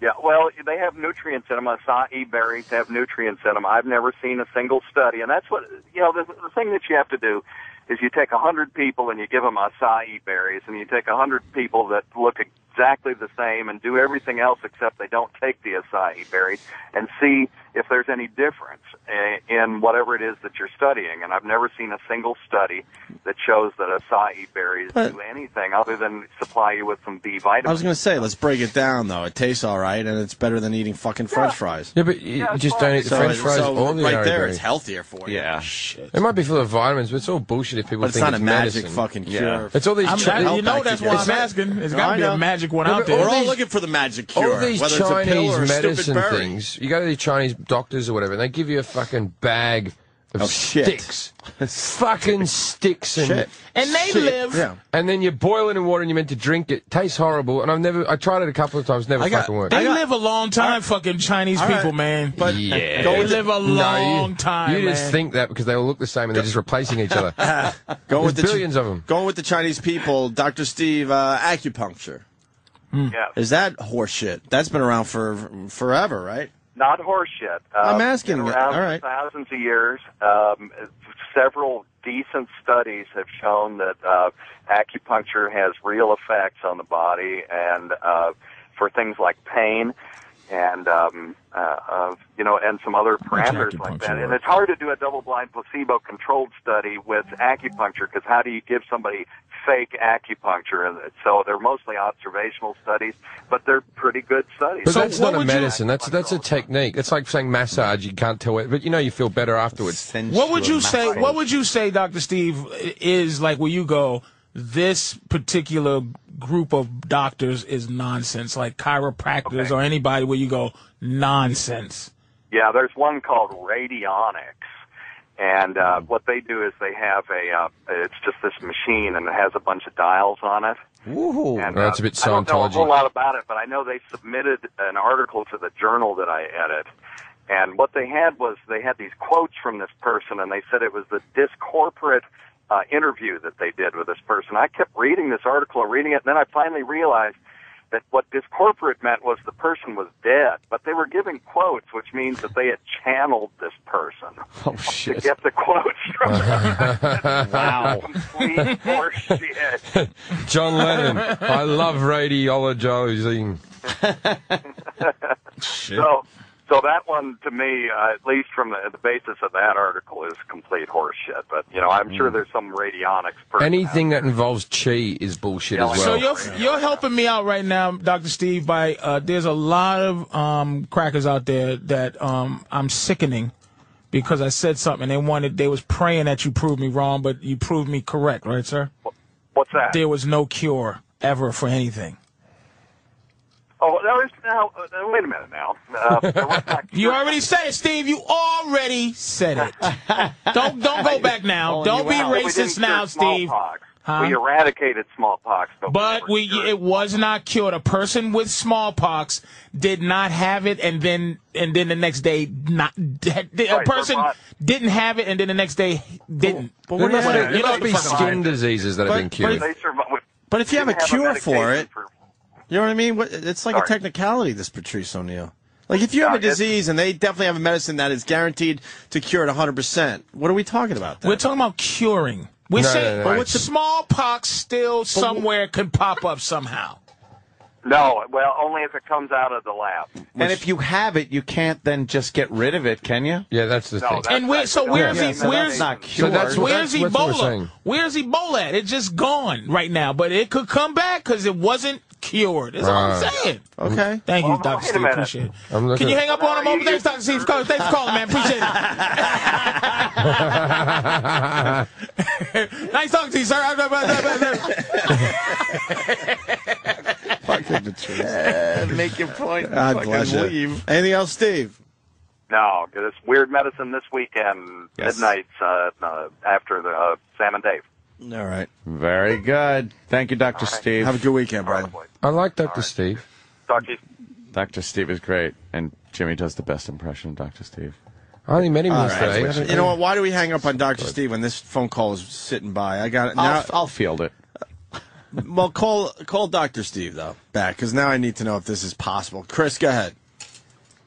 Yeah, well, they have nutrients in them. Acai berries have nutrients in them. I've never seen a single study, and that's what you know. The, the thing that you have to do is you take a hundred people and you give them acai berries, and you take a hundred people that look exactly the same and do everything else except they don't take the acai berries, and see if there's any difference eh, in whatever it is that you're studying. And I've never seen a single study that shows that acai berries do anything other than supply you with some B vitamins.
I was going to say, let's break it down, though. It tastes all right, and it's better than eating fucking French fries.
Yeah, but you you just don't eat the
So
French
it-
fries
so
or the
right
Ari
there,
berry.
it's healthier for you.
Yeah.
It might be full of vitamins, but it's all bullshit if people
But it's
think
not a magic
medicine.
fucking cure.
It's all these.
I'm-
Chi-
I- you know that's why I'm asking. It's got to be a magic one
No,
out
but
there.
all We're all these-
looking for the magic
all
cure,
these
whether it's a pill
Chinese
or a stupid
medicine
berry.
things. You go to these Chinese doctors or whatever, and they give you a fucking bag of
Of Oh, shit.
sticks, fucking sticks and
Shit.
And they
shit.
live. Yeah.
And then you boil it in water and you're meant to drink it. Tastes horrible. And I've never, I tried it a couple of times, never
I got-
fucking worked.
They live a long time, fucking Chinese
All right.
people, man.
But
Yeah.
They live a
No, you-
long time.
You just
man.
think that because they all look the same and they're just replacing each other.
going with the
There's billions of 'em.
Going with the Chinese people, Doctor Steve, uh, acupuncture.
Yeah.
Is that horseshit? That's been around for forever, right?
Not horseshit. Uh,
I'm asking.
Been around
All right.
for Thousands of years. Um, several decent studies have shown that uh, acupuncture has real effects on the body and uh, for things like pain. and um, uh, of, you know, and some other parameters like that. And it's hard to do a double-blind placebo-controlled study with acupuncture because how do you give somebody fake acupuncture? And So they're mostly observational studies, but they're pretty good studies.
But that's not a medicine. That's that's a technique. It's like saying massage. You can't tell it, but you know you feel better afterwards.
What would you say? What would you say, Doctor Steve, is like where you go? This particular group of doctors is nonsense, like chiropractors or anybody where you go nonsense.
Yeah, there's one called radionics, and uh, what they do is they have a. Uh, it's just this machine, and it has a bunch of dials on it.
Ooh,
And,
that's
uh,
a bit
I don't know a whole
Scientology.
lot about it, but I know they submitted an article to the journal that I edit. And what they had was they had these quotes from this person, and they said it was the discorporate uh, interview that they did with this person. I kept reading this article and reading it, and then I finally realized that what discorporate meant was the person was dead, but they were giving quotes, which means that they had channeled this person
Oh
to
shit!
get the quotes from her.
Wow.
Complete horseshit.
John Lennon. I love radiology.
So, so that one to me, uh, at least from the, the basis of that article, is complete horseshit. But you know, I'm sure
Mm.
there's some radionics person.
Anything that involves chi is bullshit as well.
So you're you're helping me out right now, Doctor Steve. By uh, there's a lot of um, crackers out there that um, I'm sickening because I said something. They wanted they was praying that you prove me wrong, but you proved me correct, right, sir?
What's that?
There was no cure ever for anything.
Oh, that was now. Uh, wait a minute now. Uh, there was not-
You already said it, Steve. You already said it. don't don't go back now.
Well,
Don't
you
be
out. But we didn't
racist
cure
now, Steve.
smallpox.
Huh?
We eradicated smallpox, but,
But we it was not cured. A person with smallpox did not have it, and then and then the next day not a
Right,
person
Vermont.
didn't have it, and then the next day didn't.
But
There
what
must,
if,
there
you
must be skin diseases that have been
But-
cured.
they survived. we
but if you have a
didn't have
cure for
medication
it, you know what I mean? What- It's like a
Sorry.
technicality. This Patrice O'Neill. Like if you have
Yeah,
a
it's-
disease and they definitely have a medicine that is guaranteed to cure it 100, percent what are we talking about? Then?
We're talking about curing. We're
No,
saying
no, no, no.
but smallpox still somewhere could pop up somehow.
No, well, only if it comes out of the lab.
And if you have it, you can't then just get rid of it, can you?
Yeah, that's the
No,
thing.
that's
And where- so where's
Yeah,
he-
so
where's-
that's not
So
cured.
that's what-
Where's
that's what we're
Ebola?
saying.
Where's Ebola at? It's just gone right now, but it could come back because it wasn't cured. That's all I'm
Right.
saying.
okay.
Thank
Well,
you,
no,
Dr.
wait a
Steve.
minute.
Appreciate it.
I'm looking
Can you
at-
hang up on him? over?
you-
Thanks, Dr. Steve. Call- Thanks for calling, man. Appreciate it. nice talking to you, sir.
Fucking Patrice.
make your point.
God bless you. Anything else, Steve?
No, it's weird medicine this weekend,
Yes.
midnight uh, uh, after the uh, Sam and Dave.
All right.
Very good. Thank you, Dr. Steve.
Have a good weekend,
All
brother.
right, boys.
I like Dr. Steve.
Talk to you.
Dr. Steve is great, and Jimmy does the best impression of Dr. Steve.
I only met him
All
yesterday.
right. You know what? Why do we hang up on Doctor Steve when this phone call is sitting by? I got it now.
I'll, I'll field it.
Well, call call Doctor Steve though back because now I need to know if this is possible. Chris, go ahead.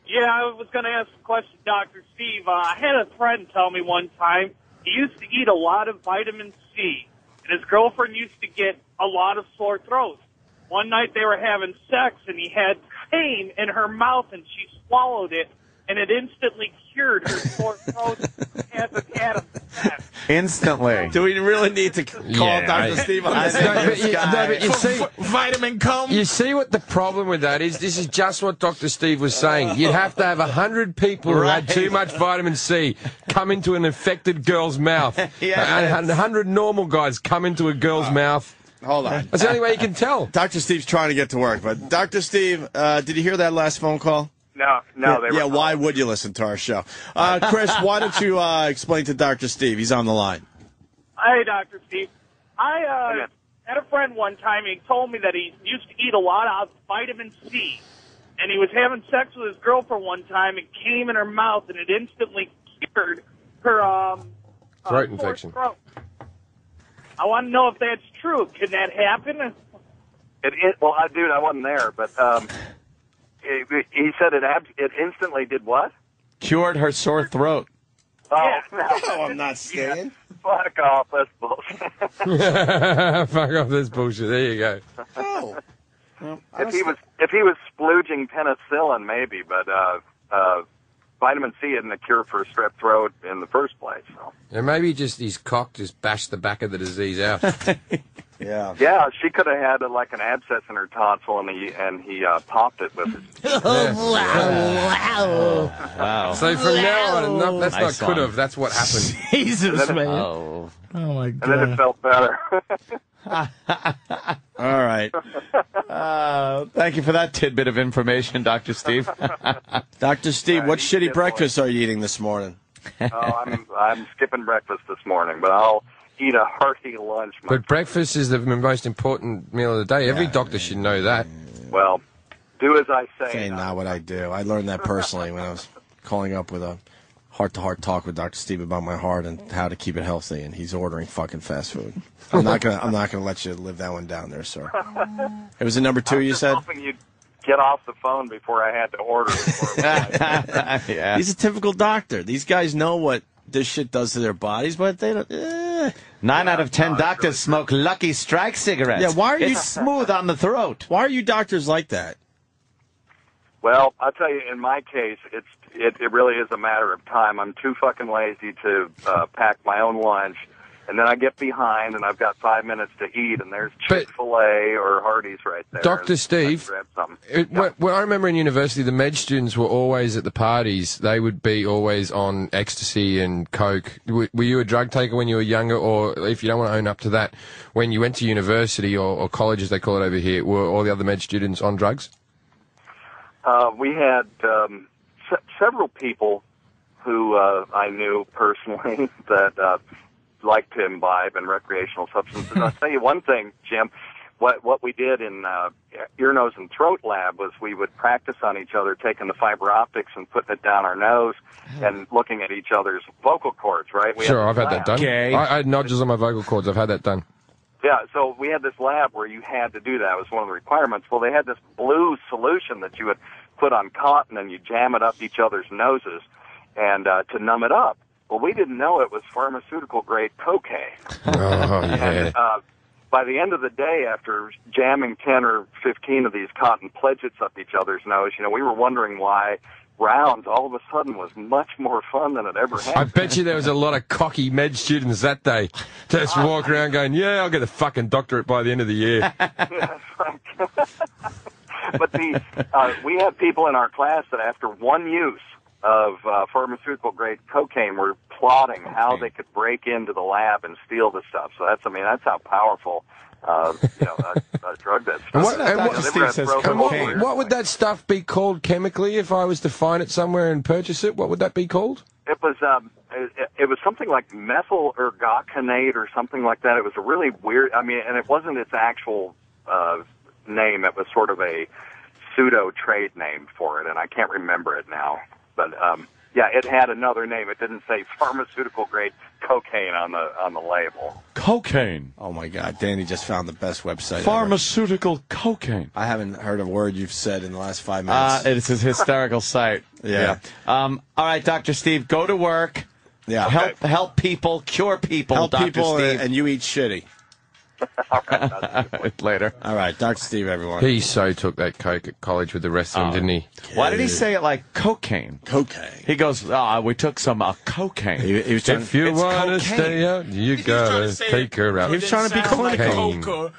Yeah, I was going to ask a question, Dr. Steve. Uh, I had a friend tell me one time he used to eat a lot of vitamin C, and his girlfriend used to get a lot of sore throats. One night they were having sex, and he had pain in her mouth, and she swallowed it, and it instantly cured her sore throat as a cat of sex.
Instantly.
Do we really need to call
Yeah,
Dr.
I-
Steve on this?
No, but you, no, but you see,
Vitamin cum.
you see what the problem with that is? This is just what Dr. Steve was saying. You'd have to have 100 people who had too much vitamin C come into an infected girl's mouth.
Yes.
And 100 normal guys come into a girl's mouth.
Hold on.
That's the only way you can tell.
Dr. Steve's trying to get to work, but Dr. Steve, uh, did you hear that last phone call?
No, no, Oh, they
yeah,
were
why would you listen to our show? Uh, Chris, why don't you uh, explain to Dr. Steve? He's on the line.
Hey, Dr. Steve. I uh,
Yeah.
had a friend one time, he told me that he used to eat a lot of vitamin C. And he was having sex with his girlfriend one time and came in her mouth and it instantly cured her um, uh,
Throat
sore
infection.
throat. I want to know if that's true. Can that happen?
It, it, well, I, dude, I wasn't there, but um, it, it- he said it. Ab- it instantly did what?
Cured her sore throat.
Oh,
Yeah.
no,
I'm not staying.
fuck off, that's bullshit.
Fuck off this bullshit. There you go.
Oh.
if he was if he was splooging penicillin, maybe, but uh, uh, vitamin C isn't a cure for strep throat in the first place. So.
Yeah, maybe just his cock just bashed the back of the disease out.
yeah.
Yeah, she could have had uh, like an abscess in her tonsil, and he and he uh, popped it with his
wow.
Wow.
So from now on, no, that's
Nice
not could
one.
have. That's what happened.
Jesus, man.
Oh.
Oh my
and then it
god.
felt better.
All right.
Uh, thank you for that tidbit of information, Dr. Steve.
Dr. Steve, what
he's a
shitty
good
breakfast are you eating this morning?
oh, I'm I'm skipping breakfast this morning, but I'll eat a hearty lunch. My,
But breakfast is the most important meal of the day. Every doctor should know that.
well, do as I say.
Say
now.
not what I do. I learned that personally when I was calling up with a heart to heart talk with Dr. Steve about my heart and how to keep it healthy and he's ordering fucking fast food. I'm not gonna I'm not gonna let you live that one down there, sir. It was a number two you
Just
said?
hoping you'd get off the phone before I had to order. Before it was like-
yeah.
He's a typical doctor. These guys know what this shit does to their bodies, but they don't eh.
Nine out of ten doctors smoke Lucky Strike cigarettes.
Yeah, why are you-
It's smooth on the throat?
Why are you doctors like that?
Well, I'll tell you, in my case, it's it, it really is a matter of time. I'm too fucking lazy to uh, pack my own lunch, and then I get behind, and I've got five minutes to eat, and there's
But-
Chick Fil A or Hardee's right there.
Dr.
I
Steve,
grab something.
It, when, when I remember in university, the med students were always at the parties. They would be always on ecstasy and coke. Were, were you a drug taker when you were younger, or if you don't want to own up to that, when you went to university or, or college, as they call it over here, were all the other med students on drugs?
Uh, we had um, se- several people who uh, I knew personally that uh, liked to imbibe in recreational substances. I'll tell you one thing, Jim. What what we did in uh, ear, nose, and throat lab was we would practice on each other, taking the fiber optics and putting it down our nose, and looking at each other's vocal cords. Right? We
Hmm. sure,
this
I've had
lab.
that done.
Okay.
I, I had nodges on my vocal cords. I've had that done.
Yeah, so we had this lab where you had to do that. It was one of the requirements. Well, they had this blue solution that you would put on cotton and you jam it up each other's noses and uh, to numb it up. Well, we didn't know it was pharmaceutical grade cocaine.
Oh, yeah.
Uh, by the end of the day, after jamming 10 or 15 of these cotton pledgets up each other's nose, you know, we were wondering why rounds all of a sudden was much more fun than it ever had.
I bet you there was a lot of cocky med students that day just walking around going, yeah, I'll get a fucking doctorate by the end of the year.
but the uh, we had people in our class that after one use of uh, pharmaceutical grade cocaine were plotting how they could break into the lab and steal the stuff. So that's I mean that's how powerful uh, you know a, a drug that's.
And what-
you know,
and what-
they've
Steve
got
says
broken
And what,
lawyers.
what would that stuff be called chemically if I was to find it somewhere and purchase it? What would that be called?
It was um, it, it was something like methyl ergocanate or something like that. It was a really weird. I mean, and it wasn't its actual uh, name. It was sort of a pseudo trade name for it, and I can't remember it now. But um, yeah, it had another name. It didn't say pharmaceutical grade cocaine on the on the label.
Cocaine.
Oh my god, Danny just found the best website. ever.
Pharmaceutical cocaine.
I haven't heard a word you've said in the last five
Uh,
minutes.
it's a hysterical sight.
Yeah.
Um, all right, Dr. Steve, go to work.
yeah.
Help help people, cure people,
help
Dr.
people
Steve.
and you eat shitty. uh,
Later.
All right, Dr. Steve, everyone.
He so took that coke at college with the rest of
Oh.
them, didn't he?
Why did he say it like cocaine?
cocaine.
He goes, ah, we took some uh, cocaine.
He, he was trying
If you
it's
want to
cocaine.
stay out, you gotta take her out.
He was trying to be
clinical.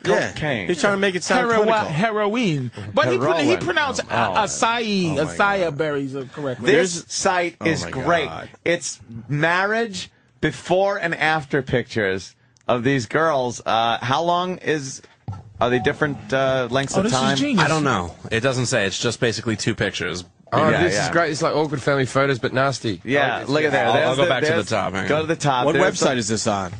Yeah.
cocaine.
He was trying to make it sound
Heroin,
clinical.
heroin, but he, pron- he
Heroin.
pronounced
Oh, wow.
acai,
Oh, my
acai berries uh, correctly.
This site is
my
great.
God.
It's marriage before and after pictures of these girls. Uh, how long is? Are they different uh, lengths
oh,
of
this
time?
is genius.
I don't know. It doesn't say. It's just basically two pictures.
Oh,
Yeah,
this
yeah.
is great. It's like awkward family photos, but nasty.
Yeah, look at that.
I'll- I'll
There's
go back to the
there's-
top, hang on.
Go to the top.
What
There's
website is this on?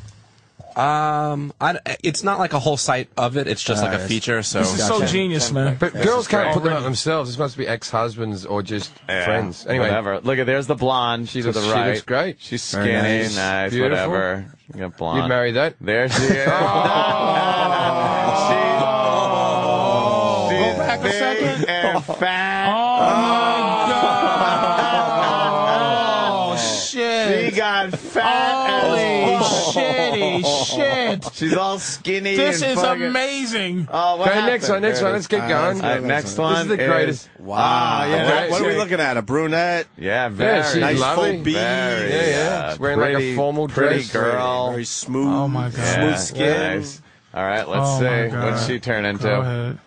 Um, I, it's not like a whole site of it. It's just
Ah,
like a
yes.
feature. So
This is so genius, man.
But girls can't put them up themselves. This must be ex-husbands or just
Yeah,
friends. Anyway,
whatever. Look at there's the blonde.
She
to
looks-
the
she
right.
looks great.
She's
Very
skinny,
nice.
nice,
Beautiful.
whatever. You got blonde.
You'd marry that?
There she is. She's, she's
back a
big
second.
and fat.
Oh, my God. Oh, shit.
She got fat. fat
Oh.
Holy
as fuck.
shitty shit.
She's all skinny.
This
and
is
fucking-
amazing.
Oh, what
Okay, next
happened,
one, next
dude?
one. Let's keep
Uh,
All
going.
All right, next one.
This is the greatest.
Is, wow.
Wow,
yeah,
what- what are we
looking
at? A brunette?
Yeah, very
Yeah, she's
nice
lovely.
full B. Very,
Yeah, yeah.
uh,
She's wearing like a
pretty-
formal
pretty
dress.
girl.
Very smooth.
Oh my god.
Yeah,
Smooth skin.
nice. All right, let's
Oh, my
see.
God.
What's she turn into?
Go ahead.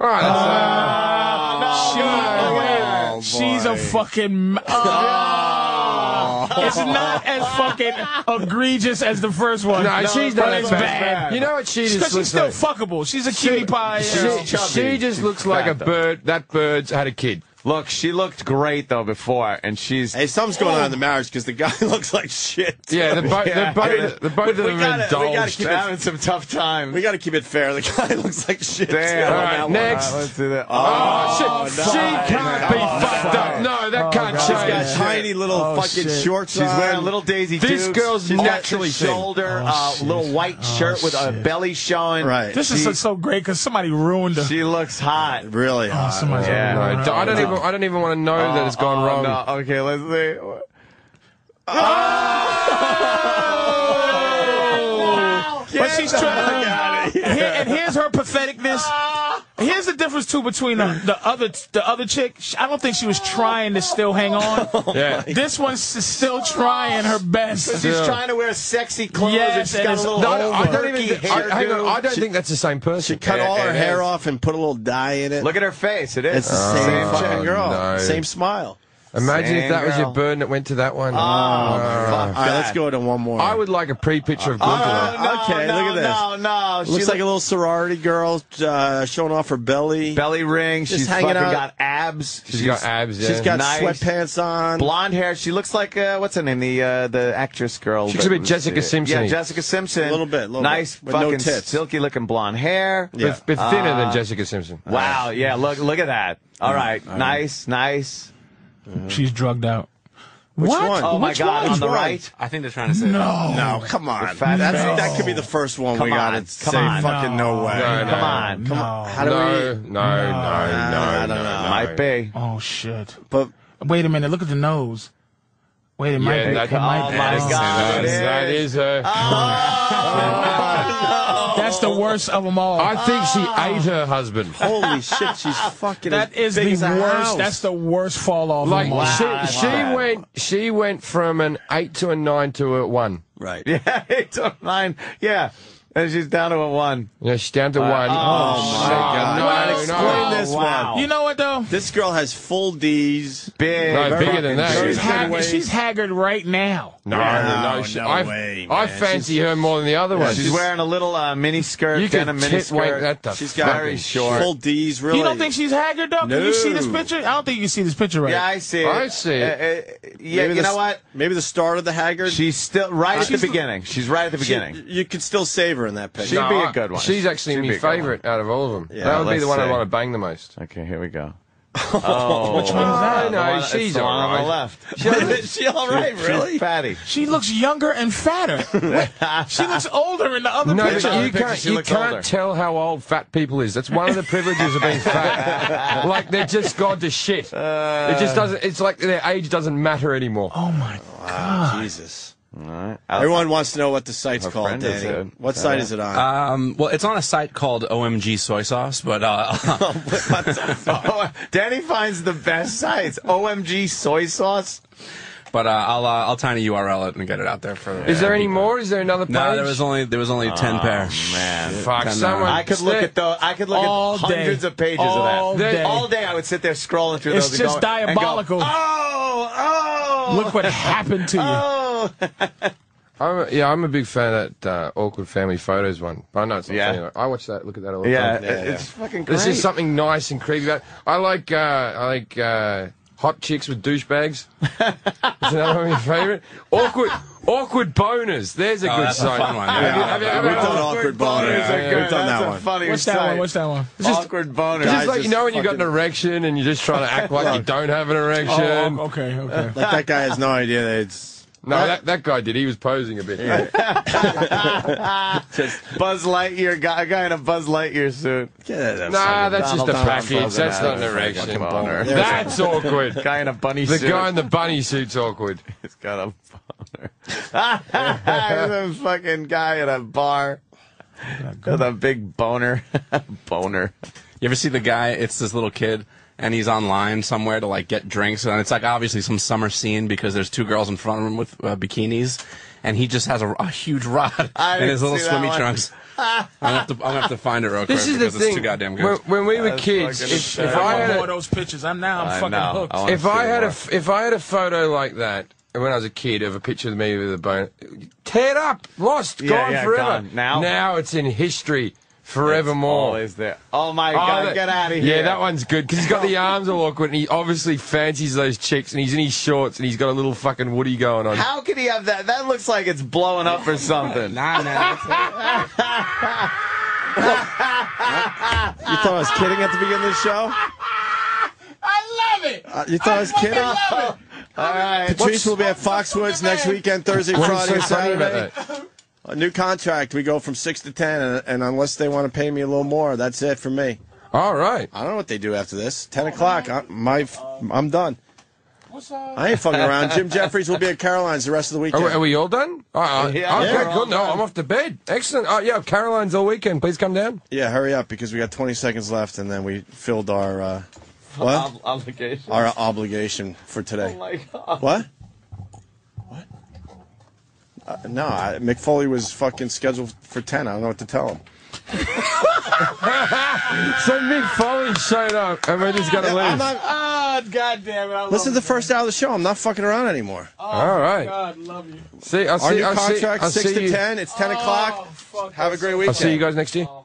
All right, that's, uh,
She-
Oh,
she's a fucking. ma- Oh. It's not as fucking egregious as the first one.
No, she's not
but
as
it's
bad.
bad.
You know what she just
Because she's still
looks
fuckable. She's a cutie pie. you know.
she, she just
She's
looks like
fat,
a
though.
bird. That bird's had a kid.
Look, she looked great though before, and she's
Hey, something's going on in the marriage because the guy looks like shit.
Yeah, the both
Yeah.
the both the both of
We
them
gotta-
are
we gotta
indulged.
keep it-
having some tough times.
We got to keep it fair. The guy looks like shit.
Damn.
too on
All right,
that one.
next.
All right, let's do that. Oh,
Oh, shit. she can't be fucked up. No, that can't
She's
change.
got tiny little
Oh,
fucking
shit.
shorts.
She's
on.
wearing little daisy
This
dukes.
girl's
She's got
naturally
the
thin.
shoulder,
Oh,
uh,
shit.
little white
Oh,
shirt with a
shit.
belly showing.
Right.
This is
She-
so- so great because somebody ruined her.
She looks hot.
really
Oh,
hot.
somebody's
Yeah.
ruined
I
her.
don't- I don't even I don't even want to know that it's gone
Oh,
wrong.
no. Okay, let's see.
But she's trying. uh, Here, and here's her patheticness. Here's the difference too between the, the other the other chick. Sh- I don't think she was trying to still hang on.
Yeah.
This one's s- still trying her best.
She's
Yeah.
trying to wear sexy clothes.
Yes,
and she's
and
got a
it's-
little
No, no, I don't
perky
even. I, hang on,
hairdo.
I don't think that's the same person.
Cut all her
It
hair
is.
off and put a little dye in it.
Look at Oh, her face. It is.
it's the same
chick.
fucking girl.
no.
Same smile.
Imagine if
Same
that was your
girl.
burn that went to that one. Uh,
All right, let's go to one more.
I would like a pre picture of
Oh,
Gwendolyn.
no,
Okay,
no,
look at this.
No, no. She
Looks like a little sorority girl uh, showing off her belly.
belly ring.
Just
She's
hanging
fucking
out.
got abs.
She's got abs. Yeah.
She's got
Nice.
sweatpants on.
blonde hair. She looks like uh, what's her name? The uh, the actress girl.
She looks a
that
bit
was,
Jessica
uh,
Simpson-y.
Yeah, Jessica Simpson.
A little bit, a little
nice
bit, but no
fucking
tits.
silky looking blonde hair.
Bit-
Yeah.
bit thinner
Uh,
than Jessica Simpson.
Wow. Yeah. Look. Look at that.
Mm.
All right. Nice. Nice.
She's drugged out. what?
one?
Oh my
Which
God.
one?
On the
one?
right.
I think they're trying to say
No.
No, come on.
fat
That's,
face.
That could be the first one
Come
we got
on,
to
come
say
on.
fucking no way.
No, no.
Come on.
Come on.
How do
no,
we?
no, no,
I
no,
don't
no,
know.
no.
Might be.
Oh shit.
But
Wait a minute. Look at the nose. Wait, it might
Yeah,
be.
that-
it might
oh
be.
my
Oh.
God.
That is, that is her.
That's the worst of them all.
I think she
Oh.
ate her husband.
holy shit, she's fucking.
that
as
is
big
the
as
worst.
a house.
That's the worst fall off.
Like
of 'em all.
Wow,
she, she
wow.
went, she went from an eight to a nine to a one.
right.
Yeah. It's on nine. Yeah. And she's down to a one.
Yeah, she's down to one.
oh,
my God.
No,
Well,
no.
explain this
wow.
You know what though?
This girl has full D's.
Big.
No, bigger than that.
She's
She's
haggard. She's haggard right now.
No,
No,
no, she,
no
I,
way,
I
man.
fancy her more than the other one.
She's wearing a little uh, mini skirt,
You can
denim mini
tit wank
skirt.
that the
She's got
very short.
Full D's. Really.
You don't think she's haggard though? Can you see this
No.
picture? I don't think you can see this picture right.
Yeah, I see. It.
I see it.
Uh, uh, yeah,
Maybe
you
the-
know what?
Maybe the start of the Haggard.
She's still right at
She's-
the beginning. She's right at the
She-
beginning.
you could still save her in that picture.
She'd
No,
be a
I-
good one.
She's actually
She'd be
my
a good one.
favourite out of all of them.
Yeah,
that would be
let's
the one I
see.
want to bang the most.
okay, here we go. Oh, which
one is that?
No, she's
the one on
alright.
the left.
Is she all right? Really?
She's fatty.
She looks younger and fatter. Wait, she looks older in the other
No,
picture.
but you
picture,
can't,
she
you
looks
can't
older.
tell how old fat people is. That's one of the privileges of being fat. like, they're just gone to shit. it just doesn't, it's like their age doesn't matter anymore.
oh my!
Wow, Jesus.
All right.
Everyone wants to know what the site's
Her
called,
friend is Uh,
Danny.
it.
What site is it on?
Um, well, it's on a site called OMG Soy Sauce, but uh,
Oh, Danny finds the best sites. OMG soy sauce.
but uh, I'll uh, I'll tiny URL it and get it out there for.
Is there any more? Is there another page?
No, there was only there was only ten pair.
Oh, Man.
Fuck,
Ten
someone.
hours.
I could look at those. I could look
All
at hundreds
day.
of pages
All
of that.
day.
All day I would sit there scrolling through
It's
those.
just
and go, and go,
diabolical.
oh, oh.
Look what happened to you.
Oh.
I'm a, yeah, I'm a big fan of that uh, awkward family photos one. But I know it's not
Yeah.
funny. like, I watch that. Look at that all the
Yeah,
time.
it- it's fucking great.
There's just something nice and creepy about. I like uh, I like uh, hot chicks with douchebags. Is another one of my favorite. Awkward awkward boners. There's a
Oh,
good
that's a
sign.
fun one, yeah.
Have you- have you ever
We've
had
done
one?
awkward boners.
Boners are
Yeah,
good.
We've done
That's
that
a
one.
funny
What's that one?
site.
What's that one?
awkward boner.
Just
Guys,
like you know when you got an
fucking-
erection and you're just trying to act like you don't have an
Oh,
erection.
oh, okay, okay.
Like that guy has no idea that it's
No, that, that guy did. He was posing a bit.
Buzz Lightyear guy, a guy in a Buzz Lightyear suit.
Get out of there,
Nah,
fucking-
that's just a
Donald Trump
package.
doesn't
That's
have
not an
a fucking
erection.
boner.
That's awkward.
Guy in a bunny
The
suit.
guy in the bunny suit's awkward.
He's got a boner. There's a fucking guy at a bar with a big boner. boner.
You ever see the guy? It's this little kid, and he's online somewhere to like get drinks, and it's like obviously some summer scene because there's two girls in front of him with uh, bikinis, and he just has a, a huge rod
I
in his
didn't
little
see that
swimmy
one.
trunks. I'm gonna, have to, I'm gonna have to find it real
This
quick
is the
because it's too
thing.
goddamn
When,
good.
when we were
That's
kids,
fucking
if,
insane.
if I had
want
a-
more of those pictures. I'm now I'm
I
fucking
know.
hooked.
I
Oh,
wanna
if I
see
had a
more.
f- if I had a photo like that when I was a kid of a picture of me with a bone, teared up, lost,
Yeah,
gone
yeah,
forever.
gone. Now-
it's in history,
It's
forevermore.
Always there. Oh my
Oh,
god,
that-
get out of
Yeah,
here.
that one's good because he's got the arms all awkward, and he obviously fancies those chicks, and he's in his shorts, and he's got a little fucking Woody going on.
How could he have that? That looks like it's blowing up or something.
nah,
You thought I was kidding at the beginning of the show?
I love it.
Uh, you thought I was kidding?
love
All right.
Patrice will be at Foxwoods next weekend, Thursday,
What's
Friday,
so
and
funny about
Saturday. A new contract. We go from six to ten, and, and unless they want to pay me a little more, that's it for me.
All right.
I don't know what they do after this. Ten o'clock. I, my, f- I'm done.
What's up?
I ain't fucking around. Jim Jeffries will be at Caroline's the rest of the
Are,
weekend.
we- are we all done? All right.
Yeah,
okay,
we're
good.
all
No, I'm off to bed. Excellent. Oh, yeah, Caroline's all weekend. Please come down.
yeah, hurry up because we got 20 seconds left, and then we filled our uh, what?
Ob- obligation.
Our obligation for today.
Oh my god.
What? What? Uh, no, I, Mick Foley was fucking scheduled for 10. I don't know what to tell him.
So Mick Foley showed up, and we're just gonna
Yeah, I'm
leave.
not-
Oh, god damn it. I love
Listen to the first hour of the show. I'm not fucking around anymore.
all right.
God, love you.
See, I'll
Our
see,
new
I'll see,
contract,
I'll
6
see
to
you.
10. It's 10 o'clock.
fuck,
Oh,
Have a
that's
great
so
weekend.
I'll see you guys next year.